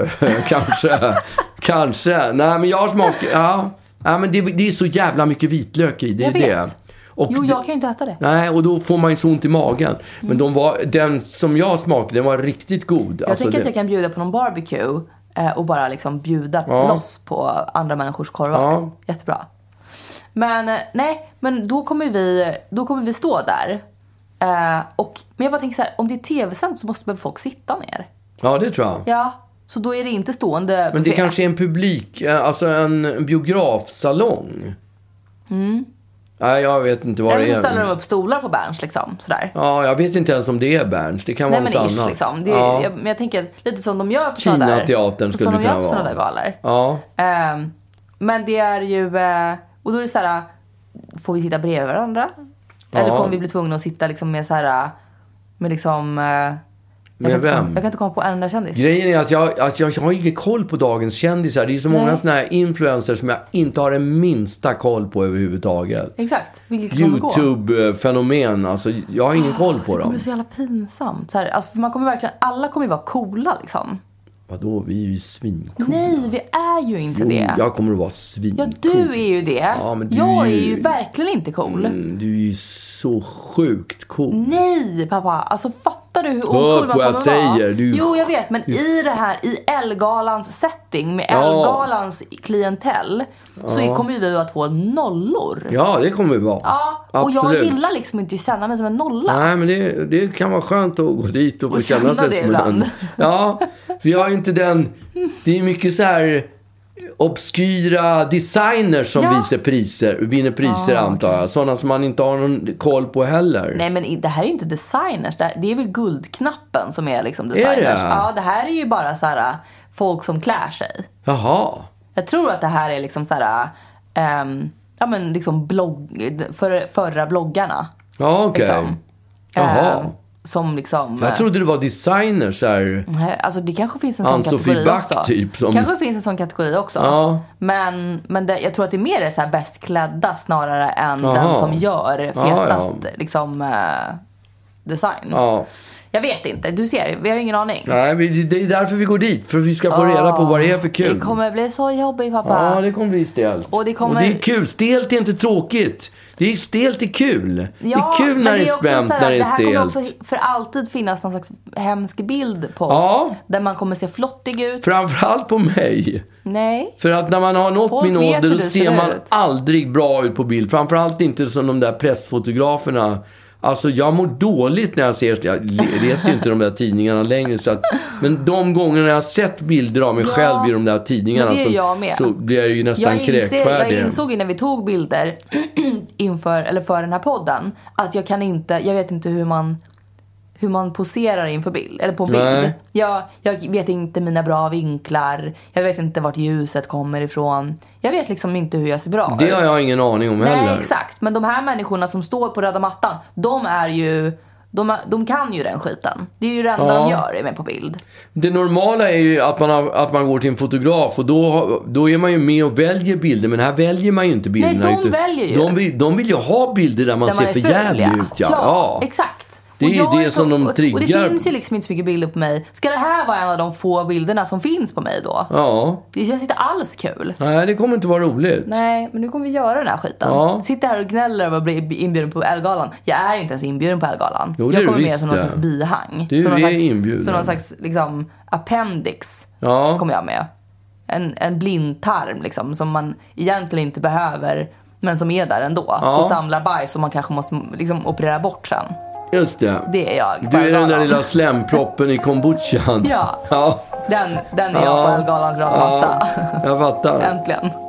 Speaker 2: Eh, kanske. kanske. Nej, men jag har smakat... Ja. Ja, men det, det är så jävla mycket vitlök i. Det är
Speaker 1: Jag vet.
Speaker 2: det. Och
Speaker 1: Jo,
Speaker 2: det-
Speaker 1: jag kan ju inte äta det.
Speaker 2: Nej, och då får man ju så ont i magen. Men de var, den som jag smakade, den var riktigt god. Alltså,
Speaker 1: Jag tänker att jag kan bjuda på någon barbecue eh, och bara liksom bjuda
Speaker 2: Ja.
Speaker 1: loss på andra människors korvar.
Speaker 2: Ja.
Speaker 1: Jättebra. Men eh, nej, men då kommer vi, då kommer vi stå där. Eh, och, men jag bara tänker så här, om det är tv-sänt så måste väl folk sitta ner?
Speaker 2: Ja, det tror jag.
Speaker 1: Ja, så då är det inte stående
Speaker 2: Men det
Speaker 1: buffé.
Speaker 2: kanske är en publik, eh, alltså en, en biografsalong. Nej, jag vet inte vad
Speaker 1: Eller
Speaker 2: det
Speaker 1: Mm. så
Speaker 2: är.
Speaker 1: ställer de upp stolar på Berns liksom sådär.
Speaker 2: Ja, jag vet inte ens om det är Berns. Det kan
Speaker 1: Nej
Speaker 2: vara
Speaker 1: men
Speaker 2: något
Speaker 1: ish
Speaker 2: annat.
Speaker 1: liksom. Det är,
Speaker 2: ja.
Speaker 1: jag, men jag tänker att lite som de gör på sådana där.
Speaker 2: Kinateatern skulle
Speaker 1: Som
Speaker 2: det
Speaker 1: de gör
Speaker 2: kunna
Speaker 1: på sådana
Speaker 2: vara.
Speaker 1: där galor.
Speaker 2: ja.
Speaker 1: Ehm, men det är ju, eh, och då är det så här, får vi sitta bredvid varandra? Eller
Speaker 2: Ja.
Speaker 1: kommer vi bli tvungna att sitta liksom med så här, med liksom... eh, jag kan inte
Speaker 2: vem?
Speaker 1: komma- jag kan inte komma på en enda kändis.
Speaker 2: Grejen är att jag, att jag, jag har ingen koll på dagens kändisar. Det är ju så många
Speaker 1: Nej.
Speaker 2: sådana här influencers som jag inte har den minsta koll på överhuvudtaget.
Speaker 1: Exakt, vilket kommer gå. Ah,
Speaker 2: Youtube-fenomen, alltså jag har ingen koll på
Speaker 1: Det kommer
Speaker 2: dem.
Speaker 1: bli så jävla pinsamt. Så här, alltså, för man kommer verkligen, alla kommer ju vara coola liksom.
Speaker 2: Vadå, vi är ju svincoola.
Speaker 1: Nej, vi är ju inte
Speaker 2: Jo,
Speaker 1: det.
Speaker 2: jag kommer att vara svincool.
Speaker 1: Ja, du är ju det.
Speaker 2: Ja, men du
Speaker 1: jag
Speaker 2: är
Speaker 1: är
Speaker 2: ju-
Speaker 1: ju verkligen inte cool. Mm.
Speaker 2: Mm, Du är ju så sjukt cool.
Speaker 1: Nej pappa, alltså fattar du hur ocool
Speaker 2: Hör
Speaker 1: man
Speaker 2: på vad jag
Speaker 1: kommer vara?
Speaker 2: säger, du-
Speaker 1: Jo jag vet, men i det här, i Ellegalans setting med Ellegalans klientell så kommer ju vi vara två nollor.
Speaker 2: Ja, det kommer vi vara.
Speaker 1: Ja, och jag gillar liksom inte att känna mig som en nolla.
Speaker 2: Nej, men det, det kan vara skönt att gå dit och få
Speaker 1: Och
Speaker 2: känna
Speaker 1: känna
Speaker 2: sig
Speaker 1: det
Speaker 2: som en...
Speaker 1: ibland.
Speaker 2: Ja, för jag är inte den... Det är mycket så här obskyra designers som
Speaker 1: Ja. Ah,
Speaker 2: visar priser, vinner priser antar jag. Sådana som man inte har någon koll på heller.
Speaker 1: Nej men i- det här är ju inte designers, det, här- det är väl guldknappen som är liksom designers.
Speaker 2: Är det?
Speaker 1: Ja, det här är ju bara så här folk som klär sig.
Speaker 2: Jaha.
Speaker 1: Jag tror att det här är liksom så här, ehm, ja men liksom blogg, för, förra bloggarna.
Speaker 2: Ja, okej.
Speaker 1: Liksom.
Speaker 2: Jaha.
Speaker 1: Eh, som liksom...
Speaker 2: Jag trodde det var designers så här.
Speaker 1: Nej, Alltså det kanske finns en sån
Speaker 2: Ann-Sofie
Speaker 1: kategori
Speaker 2: Back
Speaker 1: också.
Speaker 2: typ, som-
Speaker 1: kanske finns en sån kategori också.
Speaker 2: Ja.
Speaker 1: Men, men det, jag tror att det mer är så här bäst klädda snarare än
Speaker 2: Jaha.
Speaker 1: den som gör
Speaker 2: Ja,
Speaker 1: fetast
Speaker 2: ja.
Speaker 1: Liksom, eh, design.
Speaker 2: Ja.
Speaker 1: Jag vet inte, du ser, vi har ingen aning.
Speaker 2: Nej, vi- det är därför vi går dit. För att vi ska få reda på vad det är för kul.
Speaker 1: Ah, Det kommer bli så jobbigt pappa.
Speaker 2: Ja, det kommer bli stelt.
Speaker 1: Och det kommer-
Speaker 2: är kul. Stelt är inte tråkigt. Det är stelt är kul.
Speaker 1: Ja,
Speaker 2: det är kul
Speaker 1: men
Speaker 2: när det är
Speaker 1: också
Speaker 2: spänt,
Speaker 1: så här,
Speaker 2: när det är
Speaker 1: Det här kommer
Speaker 2: stelt.
Speaker 1: också för alltid finnas någon slags hemsk bild på oss.
Speaker 2: Ja.
Speaker 1: Där man kommer se flottig ut.
Speaker 2: Framförallt på mig.
Speaker 1: Nej.
Speaker 2: För att när man har nått
Speaker 1: Folk
Speaker 2: min
Speaker 1: vet
Speaker 2: ålder
Speaker 1: hur
Speaker 2: då
Speaker 1: du
Speaker 2: ser
Speaker 1: ser
Speaker 2: man
Speaker 1: ut.
Speaker 2: aldrig bra ut på bild. Framförallt inte som de där pressfotograferna Alltså jag mår dåligt när jag ser, jag läser ju inte de där tidningarna längre. Så att, men de gångerna jag har sett bilder av mig
Speaker 1: Ja,
Speaker 2: själv i de där tidningarna
Speaker 1: men det är
Speaker 2: så,
Speaker 1: jag med.
Speaker 2: så blir jag ju nästan
Speaker 1: Jag, inser, jag
Speaker 2: kräkfärdig.
Speaker 1: insåg ju när vi tog bilder inför, eller för den här podden att jag kan inte, jag vet inte hur man hur man poserar inför bild, eller på bild.
Speaker 2: Nej.
Speaker 1: Jag, jag vet inte mina bra vinklar, jag vet inte vart ljuset kommer ifrån. Jag vet liksom inte hur jag ser bra
Speaker 2: Det har jag ingen aning om
Speaker 1: Nej
Speaker 2: heller.
Speaker 1: exakt, men de här människorna som står på röda mattan, de är ju, de, är- de kan ju den skiten. Det är ju det enda de gör är med på bild.
Speaker 2: Det normala är ju att man, har, att man går till en fotograf och då, har- då är man ju med och väljer bilder. Men här väljer man ju inte bilderna.
Speaker 1: Nej, de väljer ju.
Speaker 2: De vill, de vill ju ha bilder där man
Speaker 1: där
Speaker 2: ser
Speaker 1: man är
Speaker 2: för
Speaker 1: ful,
Speaker 2: jävlig
Speaker 1: ja.
Speaker 2: ut. Ja.
Speaker 1: Klart,
Speaker 2: Ja.
Speaker 1: Exakt.
Speaker 2: Det är
Speaker 1: Och
Speaker 2: ju
Speaker 1: jag
Speaker 2: det som de
Speaker 1: och- Och det
Speaker 2: triggar.
Speaker 1: finns ju liksom inte så mycket bilder på mig. Ska det här vara en av de få bilderna som finns på mig då?
Speaker 2: ja.
Speaker 1: Det känns inte alls kul.
Speaker 2: Nej, det kommer inte vara roligt.
Speaker 1: Nej, men nu kommer vi göra den här skiten.
Speaker 2: Ja.
Speaker 1: Sitta här och gnäller över att bli inbjuden på Elgalan. Jag är inte ens inbjuden på Elgalan.
Speaker 2: Jo, det
Speaker 1: jag
Speaker 2: är du
Speaker 1: kommer med
Speaker 2: visst
Speaker 1: som någon
Speaker 2: det.
Speaker 1: slags bihang.
Speaker 2: Du
Speaker 1: som någon
Speaker 2: är
Speaker 1: slags,
Speaker 2: inbjuden.
Speaker 1: Som någon slags liksom, appendix
Speaker 2: Ja.
Speaker 1: kommer jag med. En, en blindtarm liksom, som man egentligen inte behöver men som är där ändå
Speaker 2: Ja.
Speaker 1: och samlar bajs som man kanske måste liksom, operera bort sen.
Speaker 2: Just det.
Speaker 1: Det är jag. på
Speaker 2: Du är den där
Speaker 1: Elgalan.
Speaker 2: lilla slemproppen i kombuchan.
Speaker 1: Ja.
Speaker 2: ja.
Speaker 1: Den, den är jag på Elgalans röda matta.
Speaker 2: Ja, jag fattar.
Speaker 1: Äntligen.